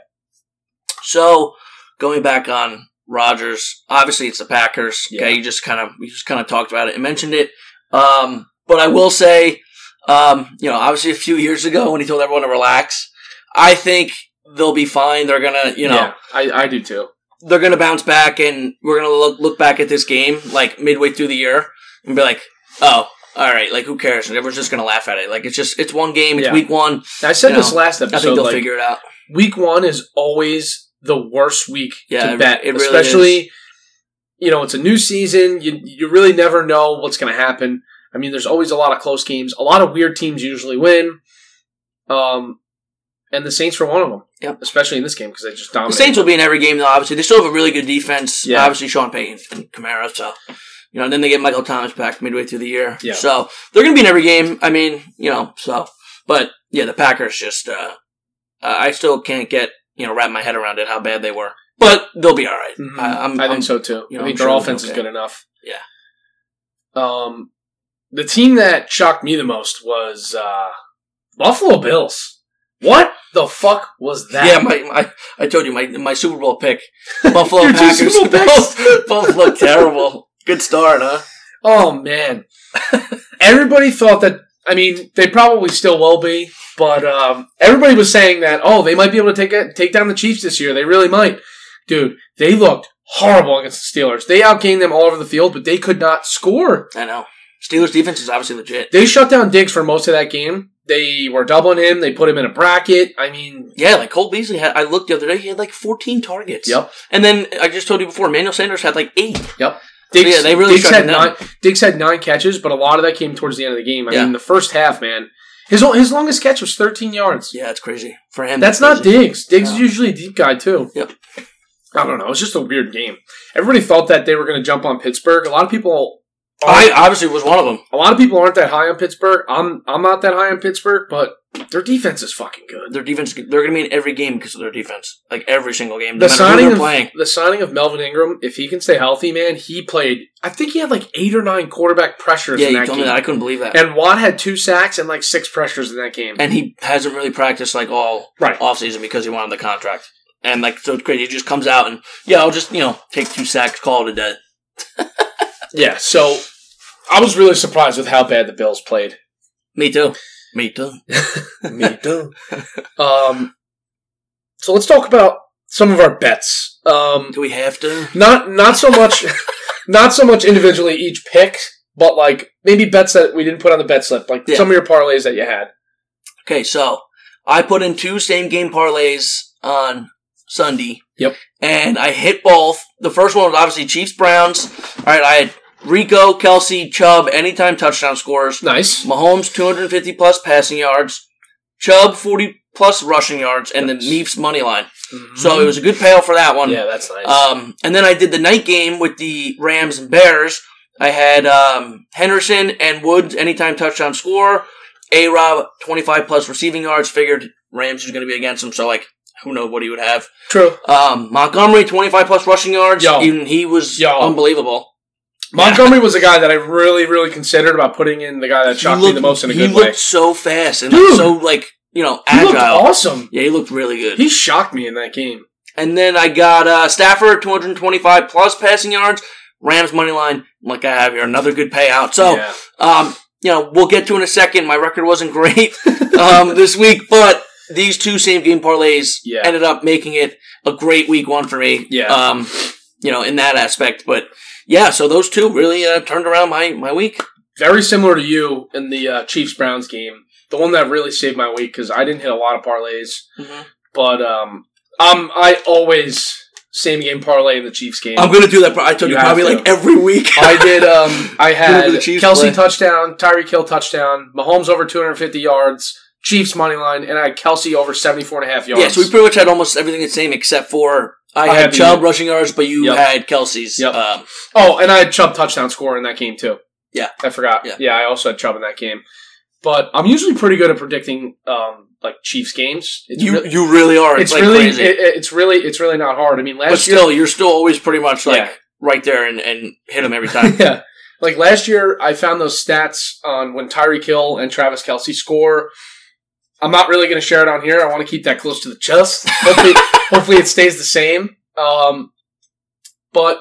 C: So going back on Rodgers, obviously it's the Packers.
A: Yeah.
C: Okay, you just kind of we just kind of talked about it and mentioned it. Um, but I will say, um, you know, obviously a few years ago when he told everyone to relax, I think they'll be fine. They're gonna, you know,
A: Yeah, I, I do too.
C: they're gonna bounce back, and we're gonna look look back at this game like midway through the year and be like, oh. All right, like who cares? And everyone's just gonna laugh at it. Like it's just it's one game. It's
A: Yeah.
C: week one.
A: I said
C: You
A: this
C: know,
A: last
C: I think
A: episode.
C: they'll
A: Like,
C: figure it out.
A: week one is always the worst week
C: Yeah,
A: to
C: it-
A: bet,
C: it really
A: especially you know it's a new season. You you really never know what's going to happen. I mean, there's always a lot of close games. A lot of weird teams usually win. Um, and the Saints were one of them.
C: Yep.
A: Especially in this game because they just
C: The
A: dominated.
C: Saints will be in every game, though. Obviously, they still have a really good defense.
A: Yeah.
C: Obviously, Sean Payton and Kamara. So, you know, and then they get Michael Thomas back midway through the year.
A: Yeah.
C: So they're going to be in every game. I mean, you know, so but yeah, the Packers just. Uh, uh, I still can't get you know wrap my head around it how bad they were, but they'll be all right.
A: Mhm.
C: I, I'm,
A: I think
C: I'm-
A: so too.
C: you
A: I
C: know,
A: think
C: I'm
A: their
C: sure
A: offense
C: they'll
A: is
C: be
A: good enough.
C: Yeah.
A: Um, the team that shocked me the most was uh, Buffalo Bills. What the fuck was that?
C: Yeah, my, my I told you my my Super Bowl pick, Buffalo
A: Your two
C: Packers.
A: Super Bowl picks.
C: Both, both look terrible. Good start, huh?
A: oh man, everybody thought that. I mean, they probably still will be, but um, everybody was saying that. Oh, they might be able to take it, take down the Chiefs this year. They really might, dude. They looked horrible against the Steelers. They outgained them all over the field, but they could not score.
C: I know. Steelers defense is obviously legit.
A: They shut down Diggs for most of that game. They were doubling him. They put him in a bracket. I mean,
C: Yeah, like Cole Beasley had. I looked the other day; he had like 14 targets.
A: Yep.
C: And then I just told you before, Manuel Sanders had like eight.
A: yep. Diggs,
C: Yeah, they really
A: Diggs
C: shut
A: had
C: him down.
A: nine. Diggs had nine catches, but a lot of that came towards the end of the game. I
C: Yeah.
A: mean, the first half, man, his o- his longest catch was 13 yards.
C: Yeah, it's crazy for him.
A: That's
C: it's
A: not
C: crazy.
A: Diggs. Diggs is
C: No.
A: usually a deep guy too.
C: Yep.
A: I don't know. It was just a weird game. Everybody thought that they were going to jump on Pittsburgh. A lot of people.
C: I obviously was one of them.
A: A lot of people aren't that high on Pittsburgh. I'm I'm not that high on Pittsburgh, but their defense is fucking good.
C: Their defense, they're going to be in every game because of their defense. Like every single game, no
A: The
C: the matter who
A: signing
C: they're
A: of
C: playing.
A: the signing of Melvin Ingram, if he can stay healthy, man, he played. I think he had like eight or nine quarterback pressures.
C: Yeah,
A: in
C: you
A: that
C: told
A: game.
C: me that. I couldn't believe that. And,
A: And Watt had two sacks and like six pressures in that game.
C: he hasn't really practiced like all
A: Right.
C: offseason because he wanted the contract. And like, so it's crazy. He just comes out and yeah, I'll just you know take two sacks, call it a day.
A: Yeah, so I was really surprised with how bad the Bills played.
C: Me too. Me too.
A: Me too. um, so let's talk about some of our bets. Um,
C: Do we have to?
A: not not so much, not so much individually each pick, but like maybe bets that we didn't put on the bet slip, like
C: Yeah.
A: some of your parlays that you had.
C: Okay, so I put in two same game parlays on Sunday.
A: Yep.
C: And I hit both. The first one was obviously Chiefs Browns. All right, I had Rico, Kelsey, Chubb, anytime touchdown scorers.
A: Nice.
C: Mahomes, 250 plus passing yards. Chubb, 40 plus rushing yards. And
A: Nice.
C: then Meef's money line. So it was a good payoff for that one.
A: Mm-hmm. yeah, that's nice.
C: Um, and then I did the night game with the Rams and Bears. I had um, Henderson and Woods anytime touchdown score. A Rob twenty five plus receiving yards. Figured Rams was going to be against him, so like who knows what he would have.
A: True.
C: Um, Montgomery twenty five plus rushing yards.
A: Yo.
C: Even he was
A: Yo.
C: unbelievable.
A: Montgomery was a guy that I really, really considered about putting in the guy that shocked
C: he looked,
A: me the most in a
C: he
A: good
C: looked
A: way.
C: so fast and
A: Dude.
C: so like you know
A: He looked
C: agile.
A: awesome.
C: yeah, he looked really good.
A: He shocked me in that game.
C: And then I got uh, Stafford, 225 plus passing yards. Rams money line, like I have here, another good payout. So,
A: Yeah.
C: um, you know, we'll get to in a second. My record wasn't great um, this week, but these two same game parlays
A: Yeah.
C: ended up making it a great week one for me.
A: Yeah.
C: Um, you know, in that aspect, but yeah, so those two really uh, turned around my my week.
A: very similar to you in the uh, Chiefs Browns game. The one that really saved my week because I didn't hit a lot of parlays,
C: Mm-hmm.
A: but um, um, I always same game parlay in the Chiefs game.
C: I'm gonna do that. pro- I told
A: You
C: you,
A: have
C: probably
A: to.
C: like every week.
A: I did. Um, I
C: Gonna do
A: had
C: the Chiefs
A: Kelsey
C: play.
A: touchdown, Tyreek Hill touchdown, Mahomes over 250 yards, Chiefs money line, and I had Kelsey over 74 and a half yards.
C: Yeah, so we pretty much had almost everything the same except for I,
A: I had
C: had
A: the-
C: Chubb rushing yards, but you
A: Yep.
C: had Kelsey's.
A: Yep.
C: Um,
A: oh, and I had Chubb touchdown score in that game too.
C: Yeah.
A: I forgot. Yeah,
C: Yeah.
A: I also had Chubb in that game. But I'm usually pretty good at predicting um, like Chiefs games. It's
C: you
A: really-
C: you really are. It's,
A: it's
C: like
A: really
C: crazy.
A: it, it- it's really it's really not hard. I mean,
C: but
A: last year,
C: still, you're still always pretty much like
A: Yeah.
C: right there and, and hit him every time.
A: yeah, like last year, I found those stats on when Tyreek Hill and Travis Kelsey score. I'm not really going to share it on here. I want to keep that close to the chest. Hopefully, hopefully it stays the same. Um, but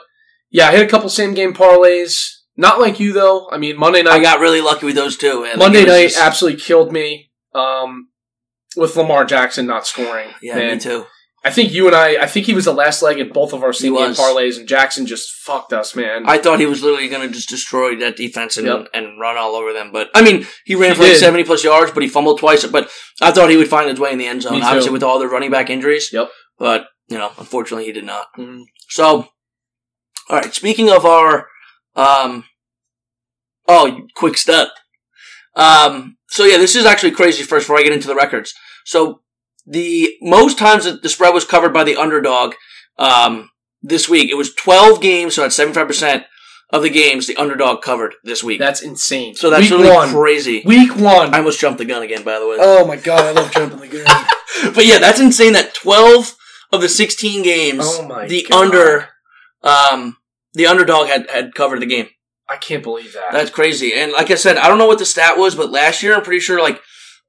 A: yeah, I hit a couple same game parlays. Not like you though. I mean, Monday
C: I
A: night,
C: got really lucky with those two. And
A: Monday
C: it was
A: night
C: just-
A: absolutely killed me. Um, with Lamar Jackson not scoring,
C: yeah,
A: Man,
C: me too.
A: I think you and I, I think he was the last leg in both of our same game
C: was.
A: parlays, and Jackson just fucked us, man.
C: I thought he was literally going to just destroy that defense and,
A: Yep.
C: and run all over them. But I mean, he ran
A: He
C: for like
A: did.
C: seventy plus yards, but he fumbled twice. But I thought he would find his way in the end
A: Me
C: zone.
A: too.
C: Obviously, with all the running back injuries.
A: Yep.
C: But you know, unfortunately, he did not.
A: Mhm.
C: So, all right. Speaking of our, um, oh, quick step. Um, so yeah, this is actually crazy. First, before I get into the records, so the most times that the spread was covered by the underdog, um, this week it was twelve games. So at seventy five percent of the games, the underdog covered this week.
A: That's insane.
C: so that's
A: week
C: really
A: one.
C: crazy.
A: Week one.
C: I almost jumped the gun again, by the way.
A: oh my god, I love jumping the gun.
C: But yeah, that's insane that 12 of the 16 games,
A: Oh my
C: the
A: God.
C: under, um, the underdog had, had covered the game.
A: I can't believe that.
C: That's crazy. And like I said, I don't know what the stat was, but last year I'm pretty sure like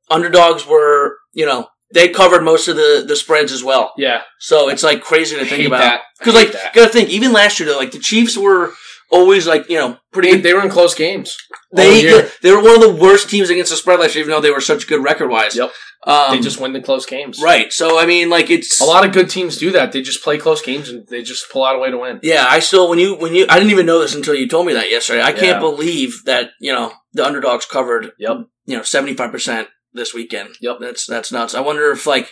C: underdogs were, you know, they covered most of the, the spreads as well.
A: yeah,
C: So it's like crazy to think
A: hate
C: about.
A: that.
C: Because
A: I
C: like,
A: hate that.
C: gotta think, even last year though, like the Chiefs were always like, you know, pretty
A: they,
C: good.
A: they were in close games. all
C: They,
A: year.
C: they were one of the worst teams against the spread last year, even though they were such good record wise.
A: Yep.
C: Um,
A: they just win the close games.
C: right. So I mean, like it's
A: A lot of good teams do that. They just play close games and they just pull out a way to win.
C: Yeah, I still when you when you I didn't even know this until you told me that yesterday. I
A: Yeah.
C: can't believe that you know the underdogs covered
A: Yep.
C: you know seventy five percent this weekend.
A: Yep.
C: that's that's nuts. I wonder if like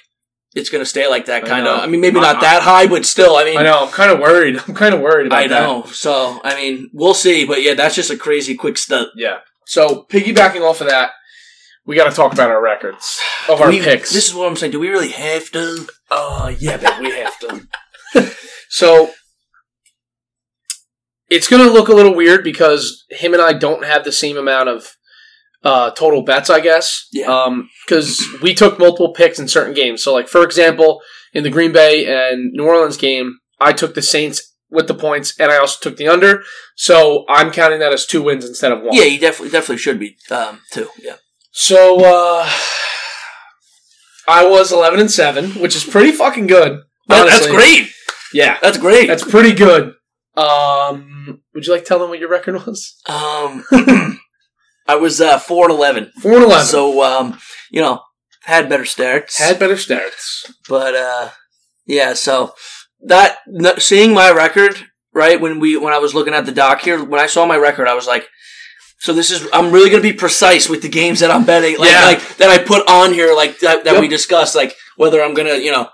C: it's gonna stay like that
A: I
C: kind
A: know.
C: of. I mean, maybe
A: I-
C: not
A: I-
C: that high, but still. I mean,
A: I know. I'm kind of worried. I'm kind of worried about
C: I know. So I mean, we'll see. But yeah, that's just a crazy quick stunt.
A: that. Yeah. So piggybacking off of that, we got to talk about our records of our
C: We-
A: picks.
C: This is what I'm saying. Do we really have to?
A: oh yeah, but we have to. So it's going to look a little weird because him and I don't have the same amount of uh, total bets, I guess.
C: Yeah.
A: Because we took multiple picks in certain games. So, like for example, in the Green Bay and New Orleans game, I took the Saints with the points, and I also took the under. So I'm counting that as two wins instead of one.
C: Yeah, you definitely definitely should be um, too. Yeah,
A: So uh, I was 11 and seven, which is pretty fucking good.
C: That- that's
A: honestly.
C: great.
A: Yeah,
C: That's great.
A: that's pretty good. Um, would you like to tell them what your record was?
C: um, I was uh, four and eleven,
A: Four and eleven.
C: so um, you know had better starts.
A: had better starts.
C: but uh, yeah, so that no, seeing my record right when we when I was looking at the doc here when I saw my record I was like. So this is I'm really gonna be precise with the games that I'm betting, like,
A: Yeah.
C: like that I put on here, like that, that we
A: Yep.
C: discussed, like whether I'm gonna you know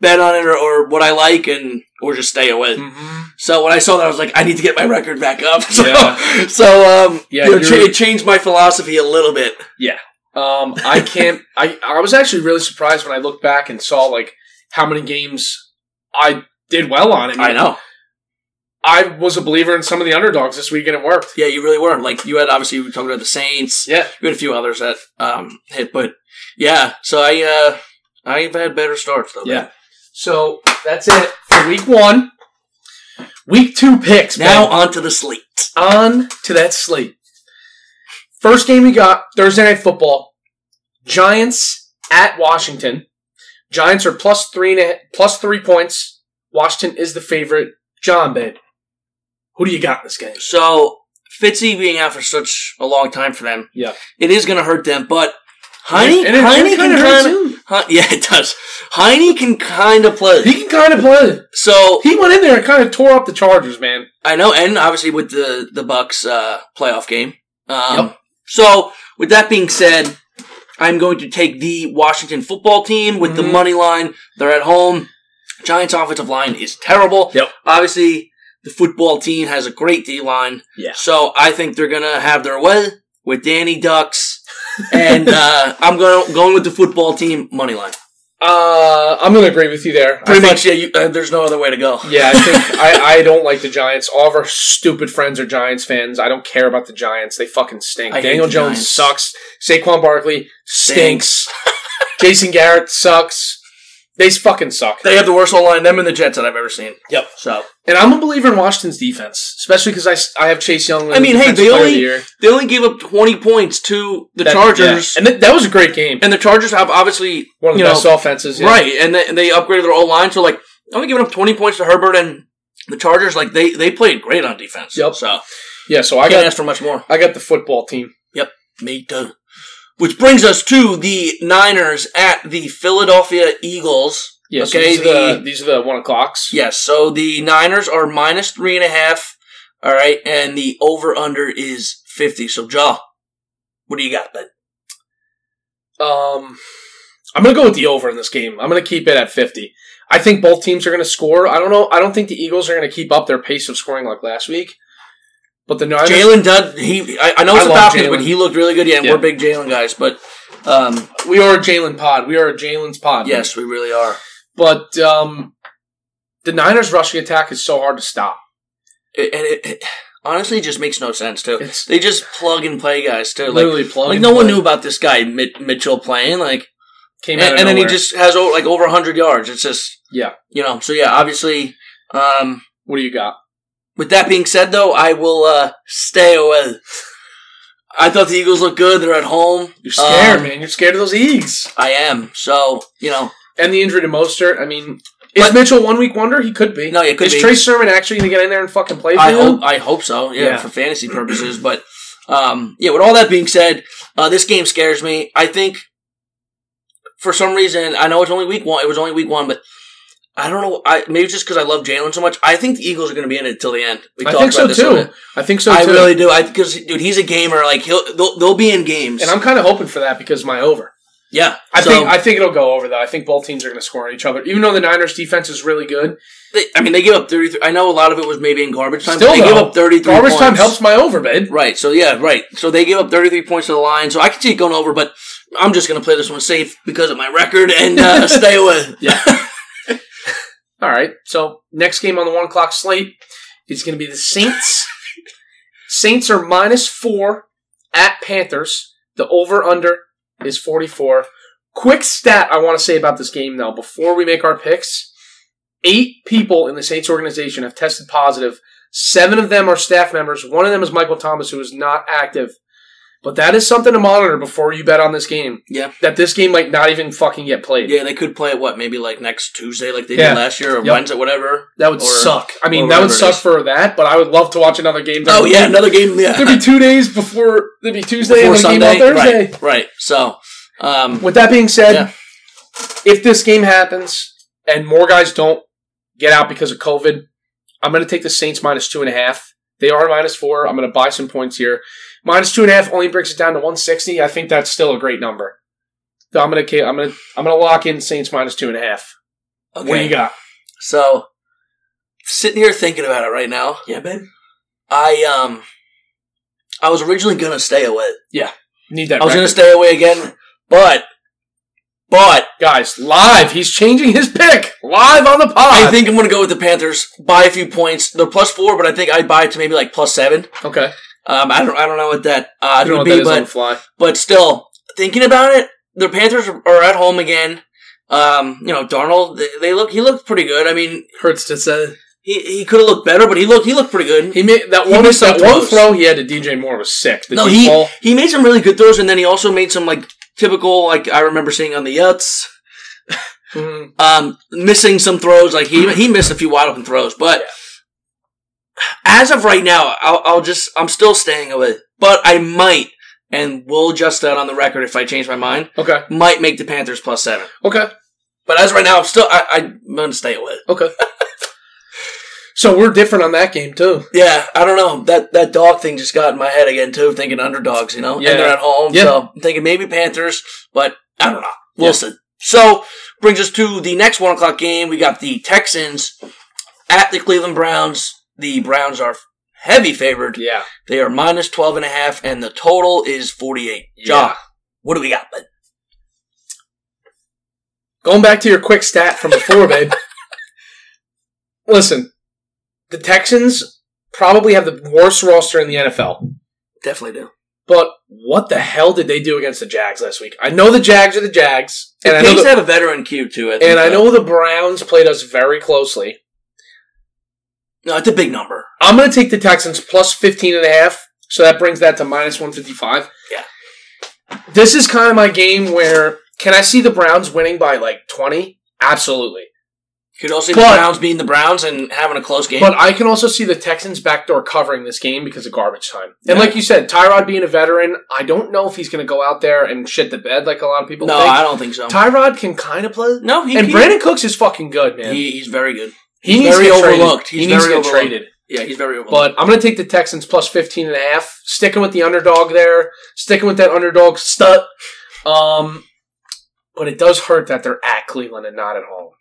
C: bet on it or, or what I like and or just stay away.
A: Mm-hmm.
C: So when I saw that, I was like, I need to get my record back up. So,
A: Yeah.
C: so um,
A: Yeah,
C: you know, cha-
A: you're-
C: it changed my philosophy a little bit.
A: Um, I can't. I I was actually really surprised when I looked back and saw like how many games I did well on. I, mean,
C: know.
A: I was a believer in some of the underdogs this week, and it worked.
C: Yeah, you really were. Like you had obviously we talked about the Saints.
A: Yeah,
C: You had a few others that um, hit, but yeah. So I uh, I've had better starts though. man.
A: yeah. So that's it for week one. Week two picks
C: Now
A: Ben.
C: onto the slate.
A: on to that slate. First game we got Thursday night football. Giants at Washington. Giants are plus three and a, plus three points. Washington is the favorite. John, babe, who do you got in this game?
C: So Fitzy being out for such a long time for them,
A: Yeah,
C: it is going to hurt them. But
A: Heine,
C: Heine, Heine can kind of, yeah, it does. Heine can kind of
A: He
C: play.
A: can kind of play.
C: So
A: He went in there and kind of tore up the Chargers, man.
C: I know, and obviously with the the Bucks uh, playoff game. Um,
A: Yep.
C: So with that being said, I'm going to take the Washington football team with the
A: Mhm.
C: money line. They're at home. Giants offensive line is terrible.
A: Yep.
C: Obviously, the football team has a great D line.
A: Yeah.
C: So I think they're gonna have their way with Danny Ducks, and uh, I'm going going with the football team money line.
A: Uh, I'm going to agree with you there. I
C: Pretty
A: think-
C: much, yeah. You, uh, there's no other way to go.
A: Yeah, I think I, I don't like the Giants. All of our stupid friends are Giants fans. I don't care about the Giants. They fucking stink.
C: I hate
A: Daniel
C: the
A: Jones
C: Giants.
A: sucks. Saquon Barkley stinks. Jason Garrett sucks. They fucking suck.
C: They have the worst O line them and the Jets that I've ever seen.
A: Yep.
C: So.
A: And I'm a believer in Washington's defense, especially because I, s- I have Chase Young. as
C: I mean, hey,
A: defensive
C: they
A: player of
C: only-
A: the year.
C: They only gave up 20 points to the
A: That-
C: Chargers.
A: yeah. and th- that was a great game.
C: And, the Chargers have obviously,
A: One of the
C: you know,
A: best offenses, yeah.
C: right. And they, and they upgraded their O line. So, like, only giving up 20 points to Herbert and the Chargers, like, they, they played great on defense.
A: Yep.
C: So,
A: Yeah, so I
C: can't
A: got
C: ask for much more.
A: I got the football team.
C: Me too. Which brings us to the Niners at the Philadelphia Eagles.
A: Yeah, so
C: Okay,
A: these, are the,
C: the-
A: these are the one o'clocks.
C: Yes. So the Niners are minus three and a half. All right. And the over under is 50. So, Jaw, what do you got, bud?
A: Um, I'm going to go with the over in this game. I'm going to keep it at 50. I think both teams are going to score. I don't know. I don't think the Eagles are going to keep up their pace of scoring like last week. But the Niners,
C: Jalen Dunn, he I, I know it's
A: I
C: the
A: love
C: Falcons,
A: Jalen.
C: but he looked really good. Yeah, and
A: Yeah.
C: we're big Jalen guys, but um,
A: we are a Jalen pod. We are a Jalen's pod.
C: yes, we really are.
A: But um, the Niners' rushing attack is so hard to stop.
C: It, and it, it honestly just makes no sense too.
A: It's-
C: they just plug and play guys too. Like,
A: Literally plug.
C: like
A: and
C: no one
A: play.
C: knew about this guy Mit- Mitchell playing like,
A: Came
C: and,
A: out of
C: and then he
A: nowhere.
C: just has o- like over hundred yards. It's just
A: Yeah.
C: you know. So yeah, obviously. Um,
A: What do you got?
C: with that being said, though, I will uh, stay away. I thought the Eagles look good. They're at home.
A: You're scared,
C: Um,
A: man. You're scared of those Eags
C: I am. So you know,
A: and the injury to Mostert. I mean, is
C: But-
A: Mitchell one week wonder? He could be.
C: No, he could
A: is
C: be.
A: Trey Sermon actually going to get in there and fucking play? For
C: I
A: them?
C: hope I hope so. Yeah,
A: Yeah.
C: for fantasy purposes. But um, yeah, with all that being said, uh, this game scares me. I think for some reason, I know it's only week one. It was only week one, but I don't know. I maybe it's just because I love Jalen so much. I think the Eagles are going to be in it until the end. We
A: I
C: talked
A: think so
C: about this a
A: too.
C: bit.
A: I think so
C: I
A: too.
C: really do. I because dude, he's a gamer. Like he'll they'll, they'll be in games.
A: And I'm kind of hoping for that because my over.
C: yeah.
A: I
C: so-
A: think I think it'll go over though. I think both teams are going to score on each other, even though the Niners' defense is really good.
C: they, I mean they give up thirty three. I know a lot of it was maybe in garbage time.
A: Still,
C: but they
A: though,
C: give up thirty three.
A: Garbage time helps my over, babe.
C: Right. So yeah, right. So they gave up 33 points to the line. So I can see it going over, but I'm just going to play this one safe because of my record and uh, stay away.
A: Yeah. All right. So next game on the one o'clock slate is going to be the Saints. Saints are minus four at Panthers. The over under is 44. Quick stat I want to say about this game, though, before we make our picks. Eight people in the Saints organization have tested positive. Seven of them are staff members. One of them is Michael Thomas, who is not active. But that is something to monitor before you bet on this game.
C: Yeah.
A: That this game might not even fucking get played.
C: Yeah, they could play it, what, maybe like next Tuesday, like they
A: Yeah.
C: did last year, or
A: Yep.
C: Wednesday, whatever.
A: That would
C: Or-
A: suck. I mean,
C: or
A: that would
C: whatever it
A: suck
C: is.
A: for that, but I would love to watch another game.
C: Oh, yeah, another game. Yeah.
A: There'd be two days before, there'd be Tuesday
C: Before
A: and then game on Thursday.
C: Right, right. So, um,
A: With that being said,
C: Yeah.
A: if this game happens and more guys don't get out because of COVID, I'm going to take the Saints minus two and a half. They are minus four. I'm going to buy some points here. Minus two and a half only brings it down to 160. I think that's still a great number. So I'm going to I'm going to I'm going to lock in Saints minus two and a half.
C: okay.
A: What do you got?
C: So, sitting here thinking about it right now. Yeah, babe. I, um, I was originally going to stay away.
A: Need that.
C: I was
A: record.
C: going to stay away again, but, but,
A: guys live. He's changing his pick live on the pod.
C: I think I'm going to go with the Panthers by a few points. They're plus four, but I think I'd buy it to maybe like plus seven.
A: okay.
C: Um, I don't, I don't know what that uh,
A: I don't know
C: would
A: what that
C: be,
A: is on the
C: but
A: fly.
C: but still thinking about it, the Panthers are are at home again. Um, you know, Darnold, they, they look he looked pretty good. I mean,
A: Hurts to say
C: he, he could have looked better, but he looked he looked pretty good.
A: he made that
C: He
A: one.
C: missed some
A: That one
C: throws.
A: throw he had to DJ Moore was sick. The
C: no,
A: deep
C: he
A: ball.
C: he made some really good throws, and then he also made some like typical like I remember seeing on the Yuts.
A: Mhm.
C: um, missing some throws. Like he he missed a few wide open throws, but as of right now, I'll, I'll just I'm still staying away. But I might, and we'll adjust that on the record if I change my mind.
A: Okay.
C: Might make the Panthers plus seven.
A: Okay.
C: But as of right now, I'm still I, I'm gonna stay away.
A: Okay. so we're different on that game too.
C: Yeah, I don't know that that dog thing just got in my head again too. Thinking underdogs, you know,
A: Yeah.
C: and they're at home,
A: Yeah.
C: so I'm thinking maybe Panthers, but I don't know.
A: Yeah.
C: We'll see. So brings us to the next one o'clock game. We got the Texans at the Cleveland Browns. The Browns are heavy favored.
A: Yeah.
C: They are minus 12 and a half, and the total is 48. John,
A: Yeah.
C: what do we got, bud?
A: Going back to your quick stat from before, babe. Listen, the Texans probably have the worst roster in the NFL.
C: Definitely do.
A: But what the hell did they do against the Jags last week? I know the Jags are the Jags, and I know
C: Kings
A: the-
C: have a veteran Q, too. I think,
A: and I
C: though.
A: know the Browns played us very closely.
C: No, it's a big number.
A: I'm going to take the Texans plus 15 and a half. So that brings that to minus 155.
C: Yeah.
A: This is kind of my game where can I see the Browns winning by like 20? Absolutely.
C: Could also see
A: But-
C: the Browns being the Browns and having a close game.
A: But I can also see the Texans backdoor covering this game because of garbage time. And like you said, Tyrod being a veteran, I don't know if he's going to go out there and shit the bed like a lot of people
C: no,
A: think.
C: I don't think so.
A: Tyrod can kind of play.
C: No, he
A: and
C: he-
A: Brandon Cooks is fucking good, man.
C: He, he's very good.
A: He
C: he's
A: needs to
C: very
A: get traded.
C: overlooked. He's
A: he needs
C: very
A: to get
C: overlooked.
A: traded.
C: Yeah, he's very overlooked.
A: But I'm going to take the Texans plus 15 and a half, sticking with the underdog there, sticking with that underdog stut. Um, but it does hurt that they're at Cleveland and not at home.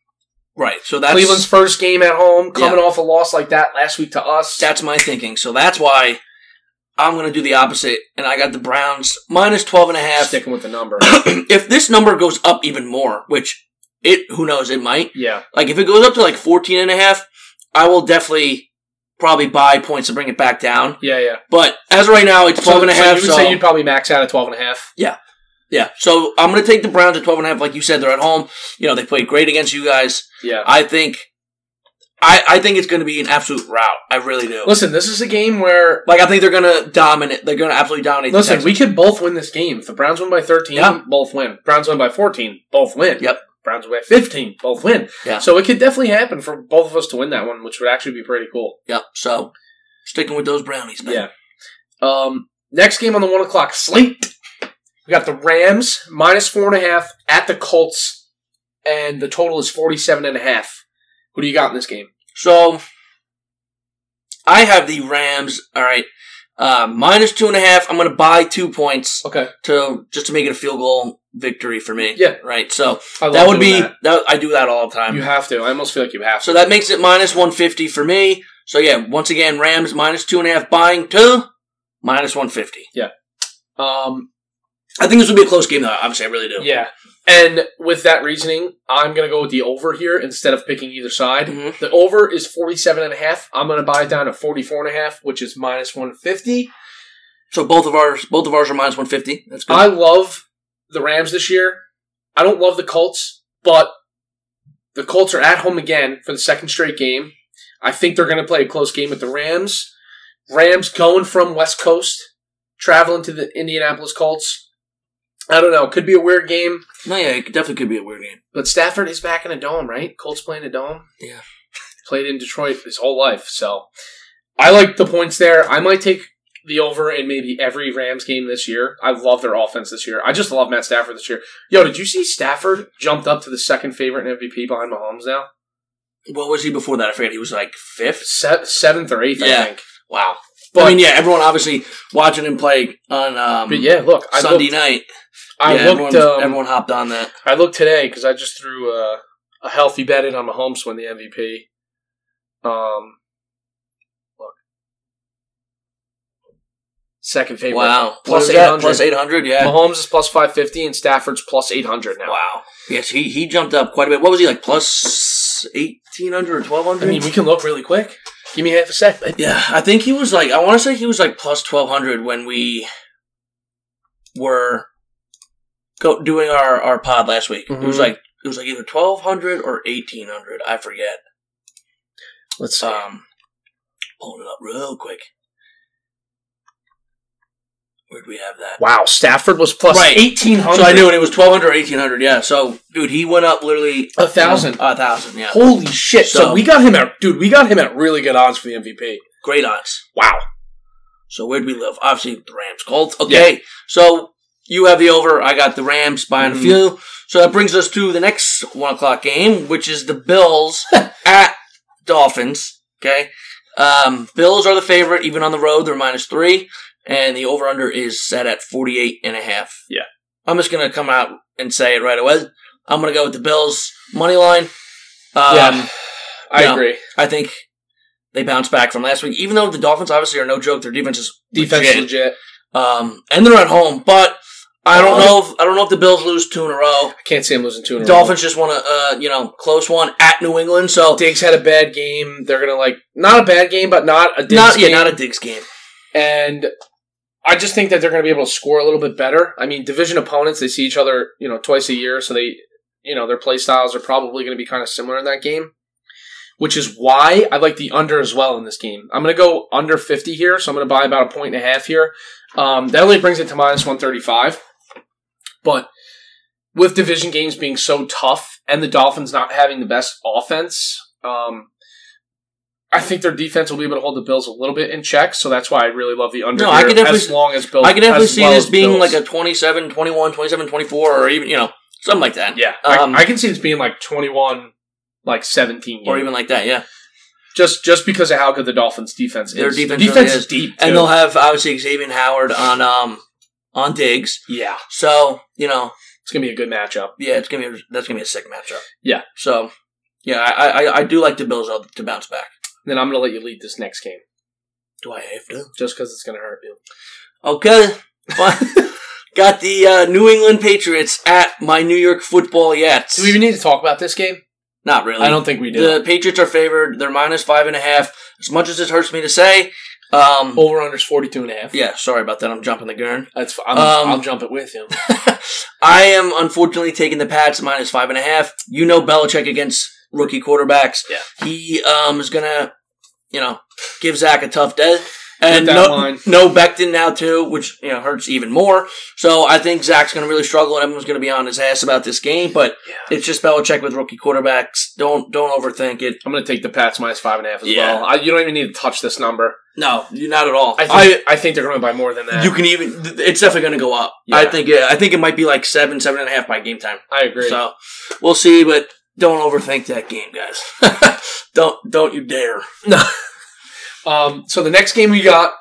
C: right, so that's
A: Cleveland's first game at home, coming off a loss like that last week to us.
C: that's my thinking. So that's why I'm going to do the opposite, and I got the Browns minus 12 and a half.
A: sticking with the number.
C: if this number goes up even more, which it who knows it might,
A: yeah.
C: like if it goes up to like 14 and a half, I will definitely probably buy points to bring it back down.
A: Yeah, yeah.
C: But as of right now, it's 12 and a
A: so
C: half.
A: You would
C: so-
A: say you'd probably max out at 12 and a half.
C: yeah, so I'm going to take the Browns at 12 and a half. Like you said, they're at home. You know, they played great against you guys.
A: Yeah.
C: I think, I, I think it's going to be an absolute rout. I really do.
A: Listen, this is a game where.
C: like I think they're going to dominate. They're going to absolutely dominate.
A: Listen,
C: the
A: we could both win this game. If the Browns win by 13,
C: Yeah.
A: both win. Browns win by 14, both win.
C: Yep.
A: Browns win by 15, both win.
C: Yeah.
A: So it could definitely happen for both of us to win that one, which would actually be pretty cool.
C: Yep. So sticking with those brownies, man.
A: Yeah. Um, next game on the one o'clock slate, we got the Rams minus four and a half at the Colts, and the total is forty-seven and a half. Who do you got in this game?
C: So I have the Rams. All right, uh, minus two and a half. I'm going to buy two points
A: Okay,
C: to just to make it a field goal victory for me.
A: Yeah.
C: Right. So
A: I love
C: that would
A: doing
C: be
A: that.
C: that. I do that all the time.
A: you have to. I almost feel like you have to.
C: so that makes it minus one fifty for me. So yeah, once again, Rams minus two and a half, buying two, minus one fifty.
A: Um,
C: I think this would be a close game, though. Obviously, I really do.
A: yeah. And with that reasoning, I'm going to go with the over here instead of picking either side.
C: Mhm.
A: The over is 47.5. I'm going to buy it down to 44.5, which is minus 150.
C: So both of ours, both of ours are minus one fifty. That's good.
A: I love the Rams this year. I don't love the Colts, but the Colts are at home again for the second straight game. I think they're going to play a close game with the Rams. Rams going from West Coast, traveling to the Indianapolis Colts. I don't know. Could be a weird game,
C: no, yeah, it definitely could be a weird game.
A: but Stafford is back in a dome, right? Colts playing a dome.
C: Yeah.
A: Played in Detroit his whole life, so I like the points there. I might take the over in maybe every Rams game this year. I love their offense this year. I just love Matt Stafford this year. Yo, did you see Stafford jumped up to the second favorite in MVP behind Mahomes now?
C: What was he before that? I forget. He was like fifth.
A: Se- seventh or eighth, I
C: Yeah.
A: think.
C: Wow.
A: But,
C: I mean, yeah, everyone obviously watching him play on um,
A: but yeah, look, I
C: Sunday
A: looked,
C: night.
A: I
C: yeah,
A: looked,
C: everyone,
A: um,
C: everyone hopped on that.
A: I looked today because I just threw a, a healthy bet in on Mahomes to win the MVP. Um, look, second favorite.
C: Wow.
A: Plus
C: What is that?
A: 800.
C: Plus 800, yeah.
A: Mahomes is plus five fifty and Stafford's plus eight hundred now.
C: Wow. Yes, he, he jumped up quite a bit. What was he like? Plus 1800 or 1200?
A: I mean, we can look really quick. Give me half a sec. babe.
C: yeah, I think he was like, I want to say he was like plus 1200 when we were go doing our, our pod last week. It was
A: Mhm.
C: like, it was like either 1200 or 1800. I forget.
A: Let's. Uh,
C: Um, pulling it up real quick. Where'd we have that?
A: wow, Stafford was plus
C: Right.
A: eighteen hundred.
C: So I knew it. It was 1200 or 1800. Yeah. So, dude, he went up literally
A: A thousand.
C: A thousand. Yeah.
A: Holy shit! So,
C: So-
A: we got him at, dude. We got him at really good odds for the MVP.
C: Great odds.
A: Wow.
C: So where'd we live? Obviously the Rams. Colts. Okay. So you have the over. I got the Rams buying
A: Mhm.
C: a few. So that brings us to the next one o'clock game, which is the Bills at Dolphins. Okay. Um, Bills are the favorite, even on the road. They're minus three, and the over under is set at 48 and a half.
A: Yeah.
C: I'm just going to come out and say it right away. I'm going to go with the Bills money line. Um,
A: Yeah. I
C: Yeah.
A: agree.
C: I think they bounced back from last week, even though the Dolphins obviously are no joke. Their defense is
A: Defense
C: legit.
A: is legit.
C: Um, and they're at home, but I don't know. If, I don't know if the Bills lose two in a row.
A: I can't see him losing two in a row.
C: Dolphins just won a uh, you know close one at New England, so
A: Diggs had a bad game. They're gonna like not a bad game, but not a Diggs
C: not yeah
A: game.
C: not a Diggs game.
A: and I just think that they're gonna be able to score a little bit better. I mean, division opponents they see each other you know twice a year, so they you know their play styles are probably gonna be kind of similar in that game, which is why I like the under as well in this game. I'm gonna go under 50 here, so I'm gonna buy about a point and a half here. Um, that only brings it to minus 135, but with division games being so tough and the Dolphins not having the best offense, um, I think their defense will be able to hold the Bills a little bit in check. So that's why I really love the under.
C: No, I
A: here
C: could definitely-
A: as long as Bills.
C: I can definitely
A: as
C: see
A: well
C: this
A: as
C: being
A: Bills.
C: like a 27, 21, 27, 24, or even you know something like that.
A: yeah.
C: um,
A: I, I can see this being like twenty one, like seventeen,
C: or even like that. Yeah,
A: just just because of how good the Dolphins' defense
C: Their
A: is. The
C: defense really
A: is
C: is.
A: deep,
C: and
A: too.
C: they'll have obviously Xavier Howard on um on Diggs.
A: yeah,
C: So you know
A: it's gonna be a good matchup.
C: yeah, it's gonna be that's gonna be a sick matchup.
A: Yeah.
C: So yeah, I I, I do like the Bills though, to bounce back.
A: Then I'm gonna let you lead this next game
C: Do I have to?
A: just because it's gonna hurt you.
C: Okay. Got the uh, New England Patriots at my New York football Yets.
A: Do we even need to talk about this game?
C: Not really.
A: I don't think we do.
C: Um, The Patriots are favored. They're minus five and a half. As much as it hurts me to say. Um,
A: Over unders 42 and a half.
C: yeah, sorry about that. I'm jumping the gun.
A: That's f- I'm,
C: Um,
A: I'll jump it with him.
C: I am unfortunately taking the Pats minus five and a half. You know Belichick against rookie quarterbacks.
A: Yeah.
C: He um, is going to, you know, give Zach a tough day. And
A: that
C: no,
A: line.
C: no Becton now too, which you know hurts even more. So I think Zach's going to really struggle, and everyone's going to be on his ass about this game. But
A: Yeah.
C: it's just Belichick with rookie quarterbacks. Don't don't overthink it.
A: I'm going to take the Pats minus five and a half as
C: Yeah.
A: well. I, you don't even need to touch this number.
C: No, you not at all.
A: I think, I, think they're going to buy more than that.
C: you can even. th- It's definitely going to go up.
A: Yeah.
C: I think. It, I think it might be like seven, seven and a half by game time.
A: I agree.
C: So we'll see, but don't overthink that game, guys. don't don't you dare.
A: Um, so the next game we got,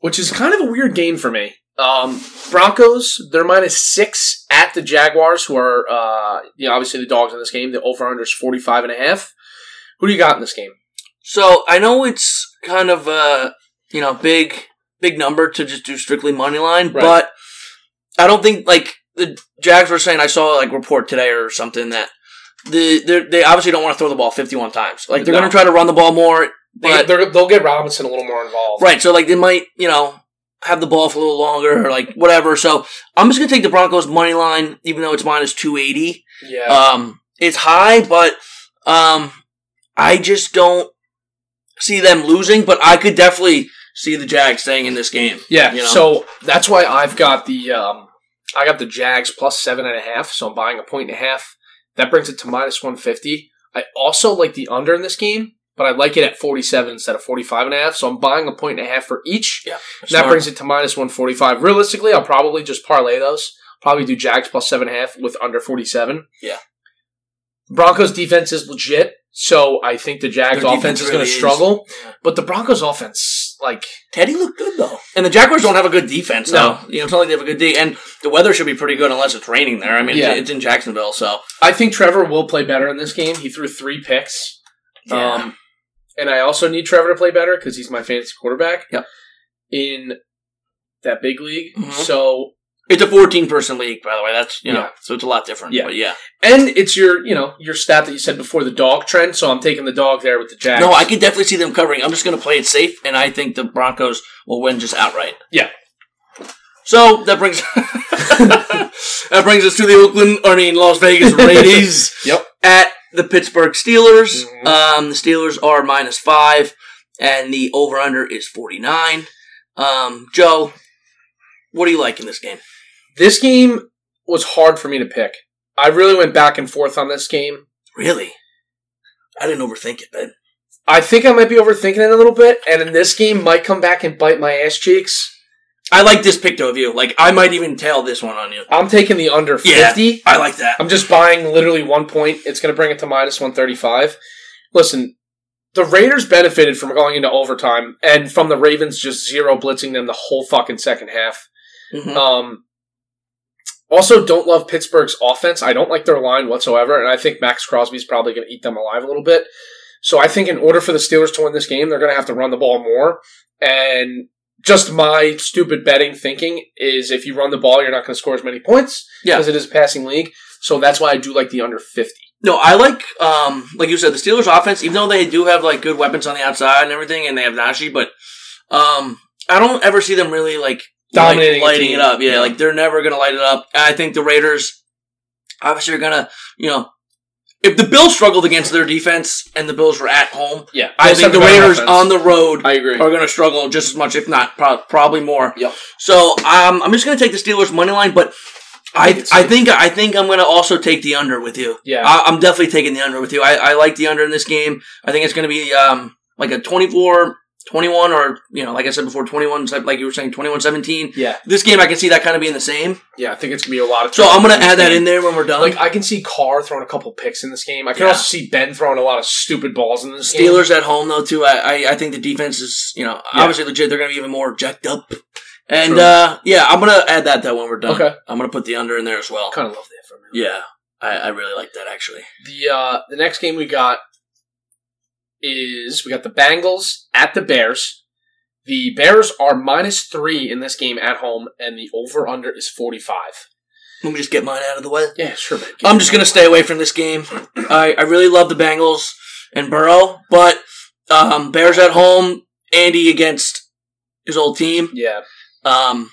A: which is kind of a weird game for me. Um, Broncos, they're minus six at the Jaguars, who are uh, you know, obviously the dogs in this game. The over under is 45 and a half. Who do you got in this game?
C: So I know it's kind of a you know big big number to just do strictly money line,
A: Right.
C: but I don't think like the Jags were saying I saw like report today or something that the they're- they obviously don't want to throw the ball 51 times. Like they're going
A: No.
C: to try to run the ball more,
A: They,
C: but
A: they're- they'll get Robinson a little more involved.
C: right. So like they might you know have the ball for a little longer or like whatever. So I'm just going to take the Broncos money line, even though it's minus 280.
A: Yeah.
C: Um, it's high, but um, I just don't see them losing. But I could definitely see the Jags staying in this game.
A: yeah.
C: you know.
A: So that's why I've got the um, I got the Jags plus seven and a half. So I'm buying a point and a half. That brings it to minus one fifty. I also like the under in this game, but I like it at forty seven instead of forty five and a half. So I'm buying a point and a half for each.
C: Yeah,
A: And that brings it to minus 145. Realistically, I'll probably just parlay those. Probably do Jags plus seven and a half with under 47.
C: Yeah.
A: Broncos defense is legit, so I think the Jags
C: Their
A: offense
C: defense
A: is going
C: really
A: to
C: is.
A: struggle.
C: Yeah.
A: But the Broncos offense, like,
C: Teddy looked good though, and the Jaguars don't have a good defense.
A: No.
C: No, you know it's not like they have a good D, and the weather should be pretty good unless it's raining there. I mean,
A: Yeah.
C: it's, it's in Jacksonville, so
A: I think Trevor will play better in this game. He threw three picks.
C: um,
A: Um, and I also need Trevor to play better because he's my fantasy quarterback.
C: Yep.
A: In that big league.
C: Mhm.
A: So,
C: it's a fourteen person league, by the way. That's you know,
A: Yeah.
C: so it's a lot different.
A: Yeah.
C: Yeah, but yeah.
A: and it's your, you know, your stat that you said before the dog trend. So I'm taking the dog there with the Jags.
C: No, I could definitely see them covering. I'm just going to play it safe, and I think the Broncos will win just outright.
A: Yeah.
C: So that brings that brings us to the Oakland, I mean Las Vegas Raiders
A: Yep.
C: at the Pittsburgh Steelers.
A: Mhm.
C: Um, the Steelers are minus five, and the over under is 49. Um, Joe, what do you like in this game?
A: This game was hard for me to pick. I really went back and forth on this game.
C: Really, I didn't overthink it, Ben.
A: I think I might be overthinking it a little bit, and in this game might come back and bite my ass cheeks.
C: I like this pick though of you. Like I might even tail this one on you.
A: I'm taking the under
C: Yeah.
A: 50.
C: I like that.
A: I'm just buying literally one point. It's going to bring it to minus 135. Listen, the Raiders benefited from going into overtime and from the Ravens just zero blitzing them the whole fucking second half.
C: Mhm.
A: Um, also, don't love Pittsburgh's offense. I don't like their line whatsoever, and I think Max Crosby's probably going to eat them alive a little bit. So I think in order for the Steelers to win this game, they're going to have to run the ball more. And just my stupid betting thinking is if you run the ball, you're not going to score as many points
C: Yeah.
A: because it is a passing league. So that's why I do like the under 50.
C: No, I like um like you said, the Steelers offense, even though they do have like good weapons on the outside and everything and they have Najee, but um I don't ever see them really like light-
A: Dominating a
C: lighting
A: team.
C: it up. Yeah,
A: Yeah.
C: like they're never gonna light it up. And I think the Raiders obviously are gonna, you know, if the Bills struggled against their defense and the Bills were at home,
A: Yeah,
C: I think the Raiders on the road
A: I agree.
C: are going to struggle just as much, if not pro- probably more.
A: Yep.
C: So um, I'm just going to take the Steelers money line, but
A: I
C: I
A: can see
C: I
A: it.
C: think I think I'm going to also take the under with you.
A: Yeah.
C: I, I'm definitely taking the under with you. I, I like the under in this game. I think it's going to be um like a 24. 21 or you know like i said before 21 like you were saying 21 17
A: Yeah,
C: this game i can see that kind of being the same
A: yeah. I think it's going to be a lot of.
C: so i'm gonna
A: turnovers
C: add that
A: game.
C: in there when we're done
A: Like I can see Carr throwing a couple picks in this game. I can
C: Yeah.
A: also see Ben throwing a lot of stupid balls in this game.
C: Steelers at home though too. I, I I think the defense is you know
A: Yeah.
C: obviously legit. They're gonna be even more jacked up. And
A: True.
C: uh, yeah, I'm gonna add that though when we're done.
A: Okay.
C: I'm gonna put the under in there as well.
A: kind of love that for a minute.
C: Yeah, I, I really like that actually.
A: The uh, the next game we got is we got the Bengals at the Bears. The Bears are minus three in this game at home, and the over under is forty five.
C: Let me just get mine out of the way.
A: Yeah, sure. Man.
C: I'm just gonna stay away from this game. I I really love the Bengals and Burrow, but um, Bears at home. Andy against his old team.
A: Yeah,
C: Um,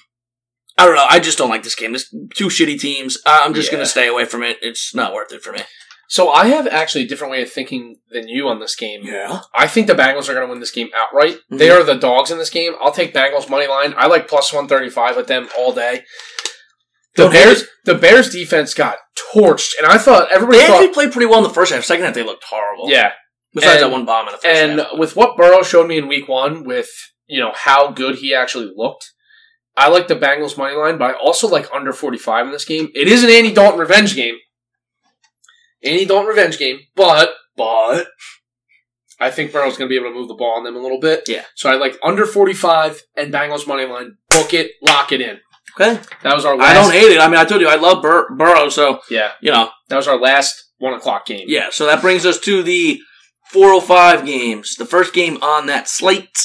C: I don't know. I just don't like this game. This two shitty teams. I- I'm just
A: Yeah.
C: gonna stay away from it. It's not worth it for me.
A: so I have actually a different way of thinking than you on this game.
C: Yeah. Mhm.
A: I think the Bengals are going to win this game outright. They are the dogs in this game. I'll take Bengals money line. I like plus one thirty five with them all day. The
C: Don't hate
A: Bears, the Bears defense got torched, and I thought everybody
C: They
A: thought,
C: actually played pretty well in the first half. Second half, they looked horrible.
A: yeah,
C: Besides
A: And-
C: that one bomb in the first
A: And
C: half.
A: with what Burrow showed me in week one, with you know how good he actually looked, I like the Bengals money line, but I also like under forty five in this game. It is an Andy Dalton revenge game. Andy Dalton revenge game, but
C: But
A: I think Burrow's going to be able to move the ball on them a little bit.
C: Yeah.
A: So I like under forty five and Bengals money line. Book it, lock it in.
C: okay,
A: That was our. Last,
C: I don't hate it. I mean, I told you I love Bur- Burrow, so
A: Yeah,
C: you know,
A: that was our last one o'clock game.
C: yeah. So that brings us to the 405 games. The first game on that slate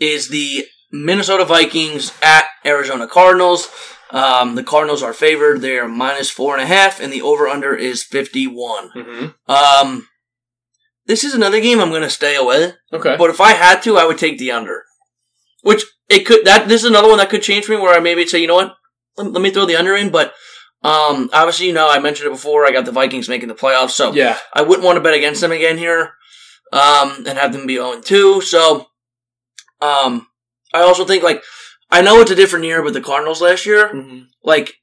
C: is the Minnesota Vikings at Arizona Cardinals. Um, the Cardinals are favored. They are minus four and a half, and the over under is 51.
A: Mm-hmm.
C: Um, this is another game I'm going to stay away.
A: Okay.
C: But if I had to, I would take the under. Which it could that this is another one that could change for me where I maybe say, you know what, let, let me throw the under in. But um, obviously, you know, I mentioned it before. I got the Vikings making the playoffs, so
A: yeah.
C: I wouldn't want to bet against them again here, um, and have them be 0 2. So, um, I also think like I know it's a different year, but the Cardinals last year,
A: Mm-hmm.
C: like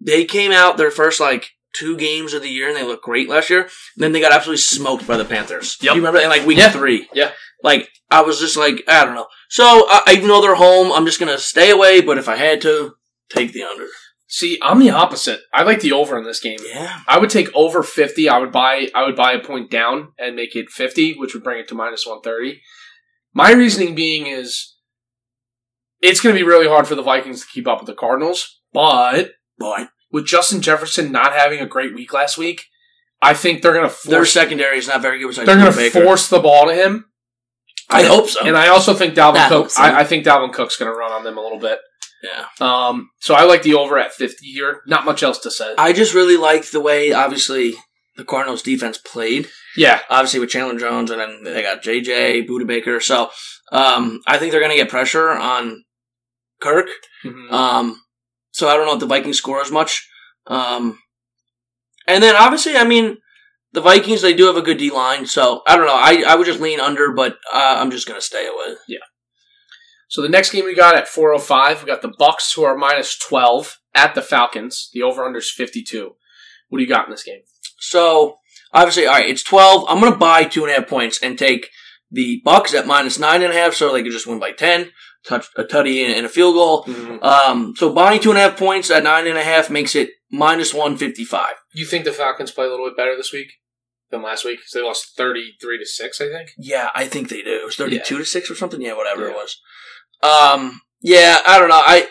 C: they came out their first like two games of the year and they looked great last year. And then they got absolutely smoked by the Panthers.
A: Yep.
C: You remember in like week
A: Yeah.
C: three?
A: Yeah.
C: Like I was just like I don't know. So I, I- even though they're home, I'm just gonna stay away. But if I had to, take the under.
A: See, I'm the opposite. I like the over in this game.
C: Yeah.
A: I would take over 50. I would buy I would buy a point down and make it 50, which would bring it to minus 130. My reasoning being is it's going to be really hard for the Vikings to keep up with the Cardinals, but
C: Boy,
A: with Justin Jefferson not having a great week last week, I think they're going to
C: their
A: force
C: secondary is not very good. besides
A: they're going
C: Drew
A: to
C: Baker.
A: force the ball to him.
C: I hope so.
A: And I also think Dalvin
C: That
A: Cook
C: helps him.
A: I, I think Dalvin Cook's going to run on them a little bit.
C: yeah.
A: Um, so I like the over at 50 here. Not much else to say.
C: I just really like the way obviously the Cardinals defense played.
A: yeah.
C: obviously with Chandler Jones, and then they got JJ Buda Baker. So um, I think they're going to get pressure on Kirk.
A: Mhm.
C: Um, so I don't know if the Vikings score as much. Um, and then obviously, I mean, the Vikings they do have a good D line. So I don't know. I, I would just lean under, but uh, I'm just going to stay away.
A: So the next game we got at 4:05, we got the Bucks who are minus 12 at the Falcons. The over/under's 52. What do you got in this game?
C: So obviously, all right, it's twelve. I'm gonna buy two and a half points and take the Bucks at minus nine and a half, so they could just win by ten. Touch a tutty and a field goal. Um, so buying two and a half points at nine and a half makes it minus one fifty five.
A: You think the Falcons play a little bit better this week than last week? Because they lost 33 to six, I think.
C: Yeah, I think they do. It was thirty two to six or something. Yeah, whatever
A: Yeah.
C: it was. Um, yeah, I don't know. I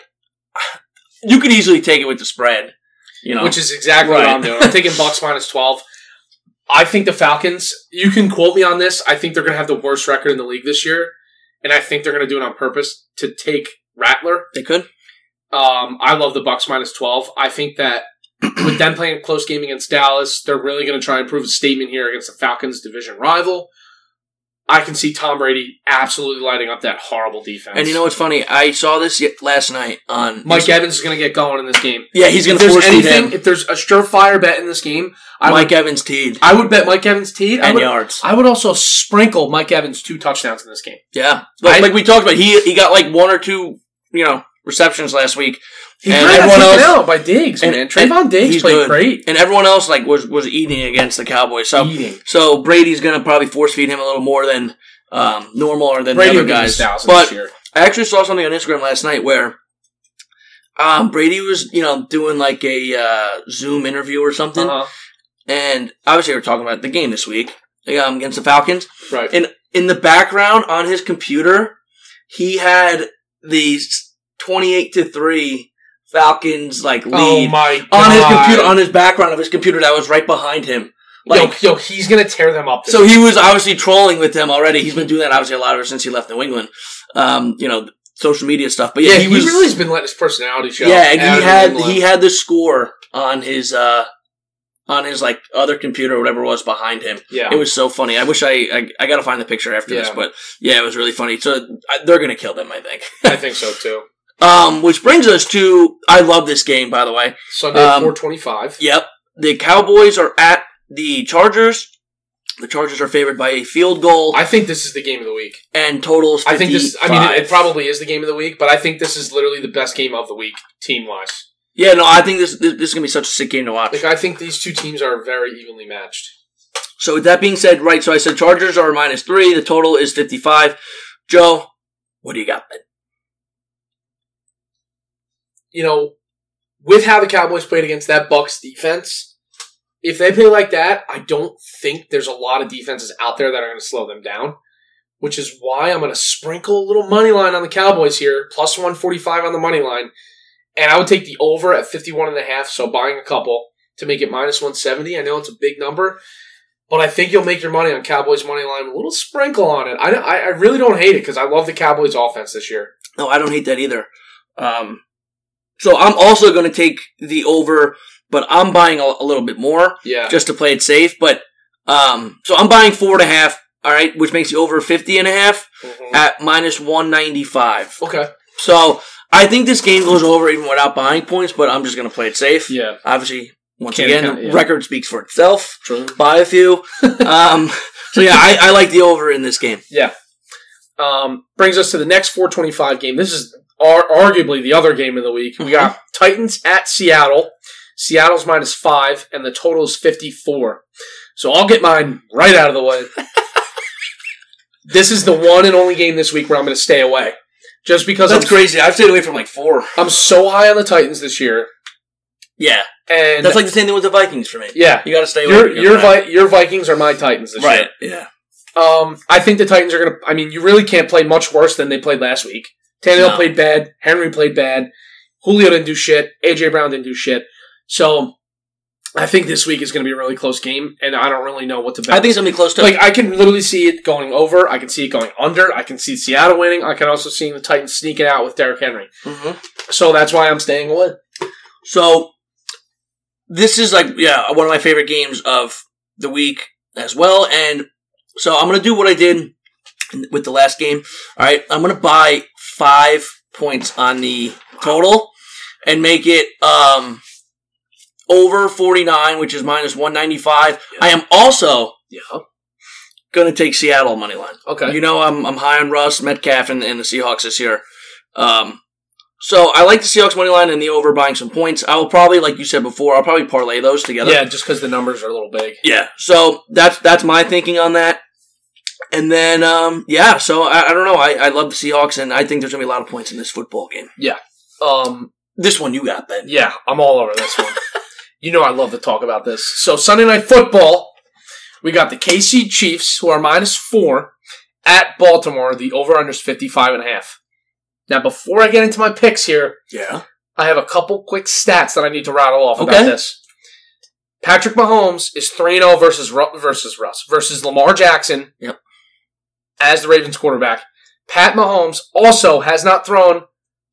C: you could easily take it with the spread. You know,
A: Which is exactly what
C: Right.
A: I'm doing. I'm taking Bucks minus 12. I think the Falcons. You can quote me on this. I think they're going to have the worst record in the league this year, and I think they're going to do it on purpose to take Rattler.
C: they could.
A: Um, I love the Bucks minus twelve. I think that with them playing a close game against Dallas, they're really going to try and prove a statement here against the Falcons' division rival. I can see Tom Brady absolutely lighting up that horrible defense.
C: And you know what's funny? I saw this ye- last night on
A: Mike Evans is going to get going in this game.
C: Yeah, he's
A: If
C: gonna
A: there's
C: force feed
A: anything,
C: him.
A: if there's a surefire bet in this game, I
C: Mike
A: would,
C: Evans teed.
A: I would bet Mike Evans teed. I
C: and
A: would,
C: yards.
A: I would also sprinkle Mike Evans two touchdowns in this game.
C: Yeah, like,
A: I-
C: like we talked about, he he got like one or two, you know, receptions last week,
A: He
C: And
A: kinda got
C: everyone
A: taken
C: else-
A: out by Diggs,
C: and-
A: man.
C: and
A: Trayvon Diggs
C: he's
A: played
C: good.
A: great.
C: and everyone else like was was eating against the Cowboys. So
A: Eating.
C: so Brady's gonna probably force feed him a little more than um, normal or than
A: Brady
C: the
A: would
C: other
A: get his
C: guys.
A: thousand
C: But
A: this year.
C: I actually saw something on Instagram last night where um, Brady was you know doing like a uh, Zoom interview or something,
A: Uh-huh.
C: and obviously we're talking about the game this week um, against the Falcons.
A: Right.
C: And in the background on his computer, he had the s- 28 to 3 Falcons like
A: oh
C: lead
A: my
C: on his
A: God.
C: computer on his background of his computer that was right behind him. Like
A: yo, yo, he's gonna tear them up.
C: so he was obviously trolling with them already. He's been doing that obviously a lot ever since he left New England. Um, you know, social media stuff. But yeah,
A: yeah,
C: he, was
A: really has been letting his personality show.
C: Yeah, and
A: out
C: he
A: of
C: had
A: England.
C: he had the score on his uh on his like other computer or whatever it was behind him.
A: yeah.
C: It was so funny. I wish I I, I got to find the picture after this,
A: Yeah.
C: but yeah, it was really funny. So I, they're gonna kill them, I think.
A: I think so too.
C: Um, which brings us to I love this game, by the way.
A: Sunday
C: Um,
A: four twenty five.
C: Yep, the Cowboys are at the Chargers. The Chargers are favored by a field goal
A: I think this is the game of the week.
C: and totals. 55.
A: I think this. I mean, it, it probably is the game of the week, but I think this is literally the best game of the week, team wise.
C: Yeah, no, I think this this, this is gonna be such a sick game to watch.
A: Like, I think these two teams are very evenly matched.
C: So with that being said, right? So I said Chargers are minus three. The total is fifty-five. Joe, what do you got?
A: You know, with how the Cowboys played against that Bucks defense, if they play like that, I don't think there's a lot of defenses out there that are going to slow them down. Which is why I'm going to sprinkle a little money line on the Cowboys here, plus 145 on the money line, and I would take the over at 51 and a half, so buying a couple to make it minus 170. I know it's a big number, but I think you'll make your money on Cowboys money line with a little sprinkle on it. I I I really don't hate it because I love the Cowboys offense this year.
C: No, I don't hate that either. Um, So I'm also going to take the over, but I'm buying a, a little bit more
A: Yeah.
C: just to play it safe. But um, so I'm buying four and a half. All right, which makes you over 50 and a half
A: Mhm.
C: at minus 195.
A: okay.
C: So I think this game goes over even without buying points, but I'm just going to play it safe.
A: Yeah.
C: Obviously, once
A: Can't
C: again,
A: count it,
C: the
A: yeah.
C: record speaks for itself.
A: True.
C: Buy a few. um, so yeah, I, I like the over in this game.
A: Yeah. Um, brings us to the next 425 game. This is ar- arguably the other game of the week. We got
C: Mm-hmm.
A: Titans at Seattle. Seattle's minus five, and the total is 54. So I'll get mine right out of the way. this is the one and only game this week where I'm going to stay away. Just because
C: That's
A: I'm,
C: crazy. I've stayed away from like four.
A: I'm so high on the Titans this year.
C: Yeah,
A: And
C: that's like the same thing with the Vikings for me.
A: yeah,
C: You got to stay away.
A: your,
C: from
A: your,
C: that.
A: Vi- your Vikings are my Titans this year.
C: right? Yeah.
A: Um, I think the Titans are going to. I mean, you really can't play much worse than they played last week. Tannehill
C: No.
A: played bad. Henry played bad. Julio didn't do shit. AJ Brown didn't do shit. So I think this week is going to be a really close game, and I don't really know what to bet.
C: I think it's gonna be close to
A: like I can literally see it going over. I can see it going under. I can see Seattle winning. I can also see the Titans sneaking out with Derrick Henry.
C: Mhm.
A: So that's why I'm staying away.
C: So this is like yeah, one of my favorite games of the week as well. And so I'm gonna do what I did with the last game. All right, I'm gonna buy five points on the total and make it um over 49, which is minus 195. I am also
A: Yeah.
C: gonna take Seattle money line.
A: Okay.
C: You know, I'm I'm high on Russ Metcalf and, and the Seahawks this year. Um, so I like the Seahawks money line and the over buying some points. I will probably, like you said before, I'll probably parlay those together.
A: yeah, just because the numbers are a little big.
C: yeah. So that's that's my thinking on that. And then, um, yeah. So I, I don't know. I, I love the Seahawks, and I think there's gonna be a lot of points in this football game.
A: Um,
C: This one you got, Ben.
A: Yeah, I'm all over this one. you know I love to talk about this. So Sunday night football, we got the KC Chiefs, who are minus four, at Baltimore. The over-under's 55 and a half. Now, before I get into my picks here,
C: Yeah.
A: I have a couple quick stats that I need to rattle off
C: Okay.
A: about this. Patrick Mahomes is 3-0 versus Ru- versus Russ versus Lamar Jackson
C: Yep.
A: as the Ravens quarterback. Pat Mahomes also has not thrown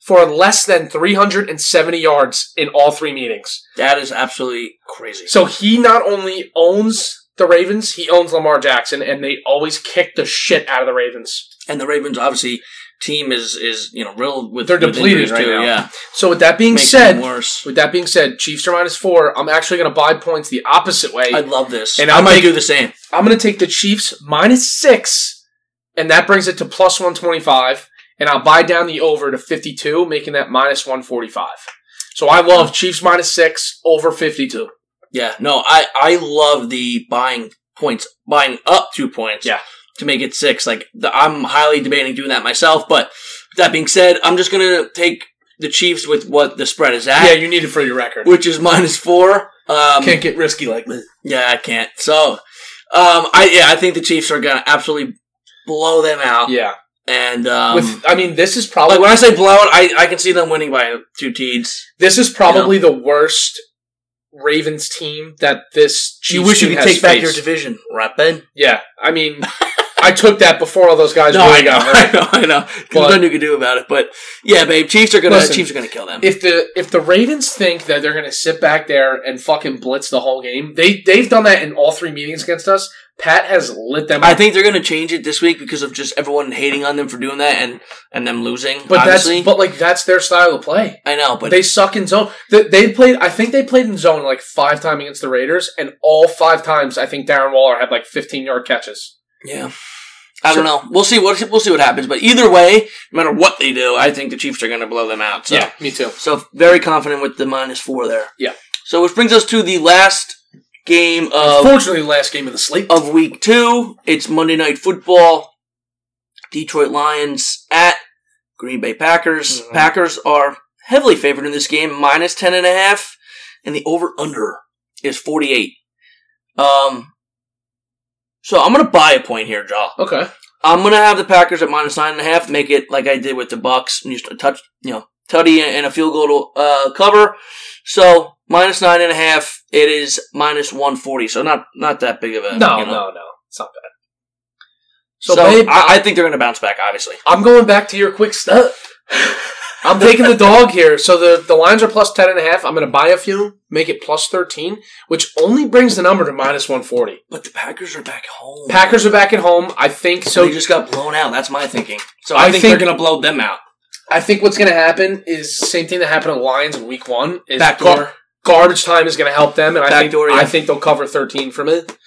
A: for less than 370 yards in all three meetings.
C: That is absolutely crazy.
A: So he not only owns the Ravens, he owns Lamar Jackson and they always kick the shit out of the Ravens.
C: And the Ravens, obviously, team is is you know riddled with
A: They're
C: with
A: depleted
C: injuries,
A: right
C: too.
A: now.
C: Yeah.
A: So with that being
C: Makes
A: said,
C: them worse.
A: with that being said, Chiefs are minus 4. I'm actually going to buy points the opposite way.
C: I love this,
A: And
C: and I
A: I'll
C: might
A: take-
C: do the same.
A: I'm going to take the Chiefs minus six, and that brings it to plus 125. And I'll buy down the over to 52, making that minus 145. So I love Chiefs minus six, over 52.
C: Yeah, no, I I love the buying points, buying up two points.
A: Yeah.
C: to make it six. Like the, I'm highly debating doing that myself, but that being said, I'm just gonna take the Chiefs with what the spread is
A: Yeah,
C: at,
A: you need it for your record.
C: which is minus four. Um,
A: Can't get risky like this.
C: yeah, I can't. So, um, I yeah, I think the Chiefs are gonna absolutely blow them out.
A: Yeah.
C: and um,
A: With, I mean, this is probably
C: like when I say blow out, I I can see them winning by two teeds.
A: this is probably the worst Ravens team that this Chiefs
C: You wish you
A: team
C: could
A: has
C: take back your
A: faced.
C: division, right, Ben?
A: Yeah, I mean, I took that before all those guys
C: No,
A: really
C: I know,
A: got hurt.
C: I know, I know. There's
A: But-
C: nothing you can do about it. But yeah, babe, Chiefs are gonna
A: Listen,
C: Chiefs are gonna kill them.
A: if the if the Ravens think that they're going to sit back there and fucking blitz the whole game, they they've done that in all three meetings against us. Pat has lit them.
C: I
A: up.
C: think they're gonna change it this week because of just everyone hating on them for doing that and and them losing.
A: but
C: obviously.
A: that's but like that's their style of play.
C: I know, but
A: they suck in zone. They, they played. I think they played in zone like five times against the Raiders, and all five times I think Darren Waller had like fifteen yard catches.
C: yeah. I don't know. We'll see what we'll see what happens. But either way, no matter what they do, I think the Chiefs are gonna blow them out. So.
A: me too.
C: So very confident with the minus four there.
A: Yeah.
C: So which brings us to the last game of
A: Unfortunately, last game of the slate.
C: of week two. It's Monday Night Football. Detroit Lions at Green Bay Packers.
A: Mhm.
C: Packers are heavily favored in this game, minus ten and a half, and the over under is forty eight. Um, so I'm gonna buy a point here, Jaw.
A: Okay.
C: I'm gonna have the Packers at minus nine and a half. Make it like I did with the Bucks, and just a touch, you know, tutty and a field goal to uh, cover. So minus nine and a half. It is minus one forty. So not not that big of a
A: No,
C: you know.
A: no, no. It's not bad.
C: So,
A: So, babe,
C: I, I think they're going to bounce back. Obviously,
A: I'm going back to your quick stuff. I'm taking the dog here. So the, the lines are plus 10 and a half. I'm going to buy a few, make it plus 13, which only brings the number to minus 140.
C: But the Packers are back home.
A: Packers are back at home. I think
C: So
A: so.
C: they just got blown out. That's my thinking. So
A: I
C: I, think,
A: think-
C: they're going to blow them out.
A: I think what's going to happen is the same thing that happened to the Lions in week one. Is
C: Backdoor.
A: gar- garbage time is going to help them, and I think
C: Backdoor, yeah.
A: I think they'll cover 13 from it.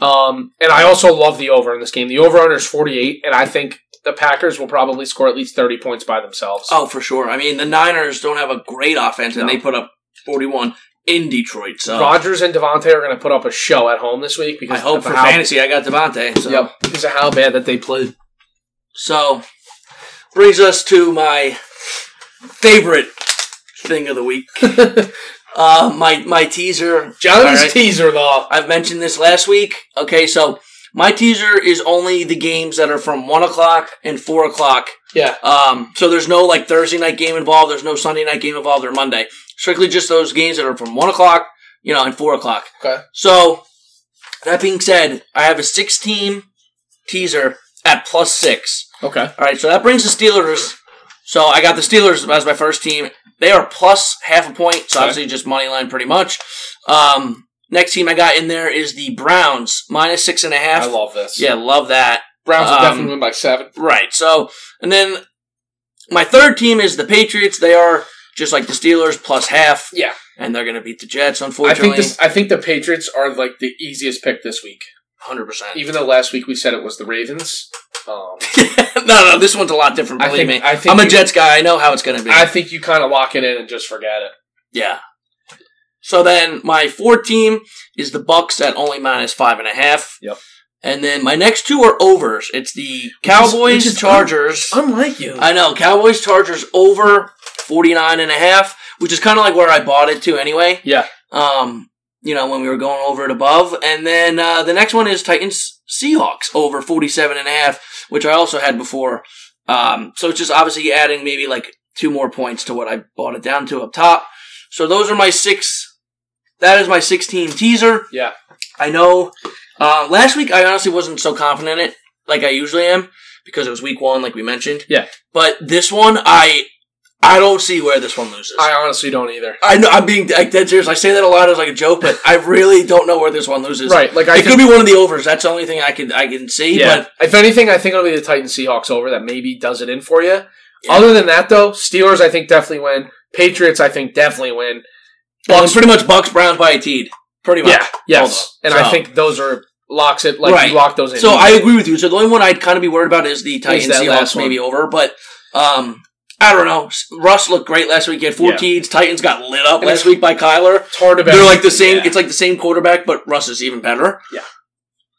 A: Um, and I also love the over in this game. The over under is 48, and I think the Packers will probably score at least 30 points by themselves.
C: Oh, for sure. I mean, the Niners don't have a great offense, and they put up 41 in Detroit. So
A: Rodgers and Devontae are going to put up a show at home this week
C: I
A: because
C: hope
A: of
C: for
A: how-
C: fantasy I got Devontae. So.
A: Yep, because of how bad that they played.
C: So brings us to my favorite thing of the week. uh, my my teaser.
A: Jonathan's
C: All right.
A: teaser though.
C: I've mentioned this last week. Okay, so my teaser is only the games that are from one o'clock and four o'clock.
A: Yeah,
C: Um, so there's no like Thursday night game involved. There's no Sunday night game involved or Monday. Strictly just those games that are from one o'clock, you know, and four o'clock.
A: Okay.
C: So that being said, I have a six team teaser at plus six.
A: okay.
C: All right, so that brings the Steelers. So I got the Steelers as my first team. They are plus half a point, so
A: Okay.
C: obviously just money line pretty much. Um, next team I got in there is the Browns minus six and a half.
A: I love this.
C: yeah, love that.
A: Browns will
C: Um,
A: definitely win by seven.
C: Right. So and then my third team is the Patriots. They are just like the Steelers plus half,
A: Yeah,
C: and they're going to beat the Jets.
A: I think
C: Unfortunately,
A: this. I think the Patriots are like the easiest pick this week.
C: hundred percent.
A: Even though last week we said it was the Ravens. Um,
C: No, no, this one's a lot different.
A: I
C: Believe
A: think-
C: me,
A: I think
C: am a
A: you-
C: Jets guy. I know how it's going to be.
A: I think you kind of lock it in and just forget it.
C: Yeah. So then my fourth team is the Bucks at only minus five and a half.
A: Yep.
C: And then my next two are overs. It's the Cowboys,
A: which is-
C: Chargers.
A: Unlike you,
C: I know, Cowboys, Chargers over 49 and a half, which is kind of like where I bought it to anyway.
A: yeah,
C: Um, you know, when we were going over it above. And then uh, the next one is Titans, Seahawks over 47 and a half, which I also had before. Um, so it's just obviously adding maybe like two more points to what I bought it down to up top. So those are my six. That is my six team teaser.
A: yeah.
C: I know. Uh, last week I honestly wasn't so confident in it like I usually am because it was week one, like we mentioned.
A: Yeah.
C: But this one, I I don't see where this one loses.
A: I honestly don't either.
C: I know I'm being like, dead serious. I say that a lot as like a joke, but I really don't know where this one loses.
A: Right, like I
C: it could be one of the overs. That's the only thing I can I can see.
A: Yeah.
C: But
A: if anything, I think it'll be the Titans Seahawks over that maybe does it in for you. Other than that, though, Steelers I think definitely win. Patriots I think definitely win.
C: well, it's pretty much Bucks Browns by a teed. Pretty much.
A: Yeah, yes, and
C: Hold on.
A: I
C: So-
A: think those are locks. It like
C: Right.
A: you lock those in.
C: So I agree with you. So the only one I'd kind of be worried about is the Titans
A: that last
C: Seahawks
A: one.
C: maybe over, but um, I don't know. Russ looked great last week. He had four
A: Yeah.
C: teams. Titans got lit up
A: And
C: last
A: it's-
C: week by Kyler.
A: it's hard to bet.
C: They're like the same.
A: Yeah.
C: It's like the same quarterback, but Russ is even better.
A: Yeah.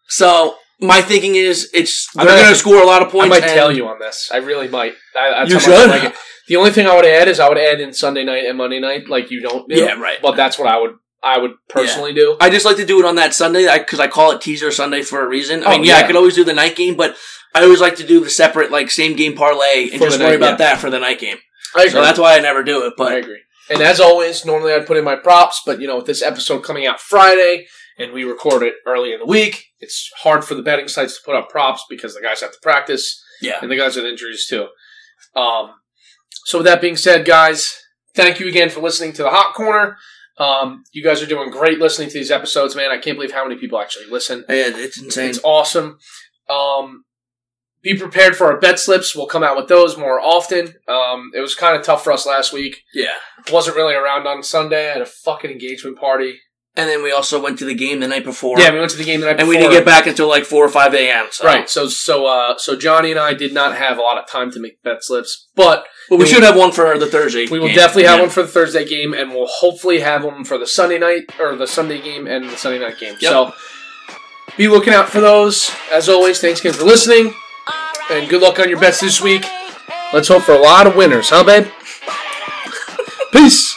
C: So my thinking is, it's
A: I'm
C: they're
A: gonna-
C: going to score a lot of points.
A: I might
C: and-
A: tell you on this. I really might. I, that's
C: You
A: how much I
C: should.
A: Like it. The only thing I would add is I would add in Sunday night and Monday night, like you don't do.
C: Yeah, right.
A: But that's what I would I would personally do.
C: I just like to do it on that Sunday because I call it teaser Sunday for a reason. I mean,
A: Oh,
C: yeah,
A: yeah.
C: I could always do the night game, but I always like to do the separate like same game parlay and
A: For
C: just
A: the
C: worry
A: night,
C: about
A: yeah.
C: that for the night game.
A: I agree.
C: So that's why I never do it.
A: I
C: But
A: agree. And as always, normally I'd put in my props, but you know, with this episode coming out Friday and we record it early in the week, it's hard for the betting sites to put up props because the guys have to practice
C: yeah,
A: and the guys with injuries too. Um, so with that being said, guys, thank you again for listening to the Hot Corner. Um, you guys are doing great listening to these episodes, man. I can't believe how many people actually listen.
C: yeah, it's insane.
A: It's awesome. Um, be prepared for our bet slips. We'll come out with those more often. Um, it was kind of tough for us last week.
C: yeah.
A: Wasn't really around on Sunday. I had a fucking engagement party.
C: And then we also went to the game the night before.
A: Yeah, we went to the game the night
C: and
A: before.
C: we didn't get back until like four or five a.m. So.
A: Right. So so uh, so Johnny and I did not have a lot of time to make bet slips, but
C: but we
A: We-
C: should have one for the Thursday.
A: We will
C: game.
A: definitely have
C: Yeah.
A: one for the Thursday game, and we'll hopefully have one for the Sunday night or the Sunday game and the Sunday night game.
C: Yep.
A: So be looking out for those. As always, thanks again for listening, and good luck on your bets this week. Let's hope for a lot of winners, huh, babe? Peace.